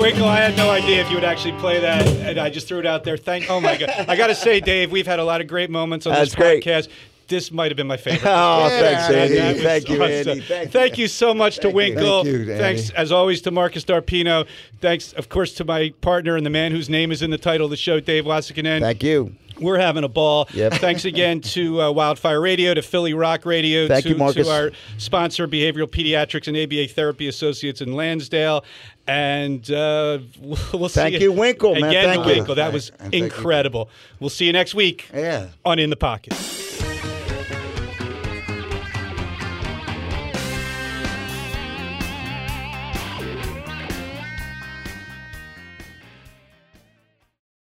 Winkle, I had no idea if you would actually play that, and I just threw it out there. Thank, oh my god! I got to say, Dave, we've had a lot of great moments on
That's
this
great.
podcast. This might have been my favorite.
Oh, thanks,
Yeah,
That
Andy.
was
Thank you,
awesome.
Andy. Thank,
Thank you so much to Winkle.
Thank you, Andy.
Thanks, as always, to Marcus Darpino. Thanks, of course, to my partner and the man whose name is in the title of the show, Dave Wassakinen.
Thank you.
We're having a ball.
Yep.
Thanks again to uh, Wildfire Radio, to Philly Rock Radio,
Thank
to,
you, Marcus.
to our sponsor, Behavioral Pediatrics and ABA Therapy Associates in Lansdale. And uh, we'll we'll see
Thank you, Winkle, man.
Again,
Thank
to
you.
Winkle. That was
And thank you.
incredible. We'll see you next week
Yeah.
on In the Pocket.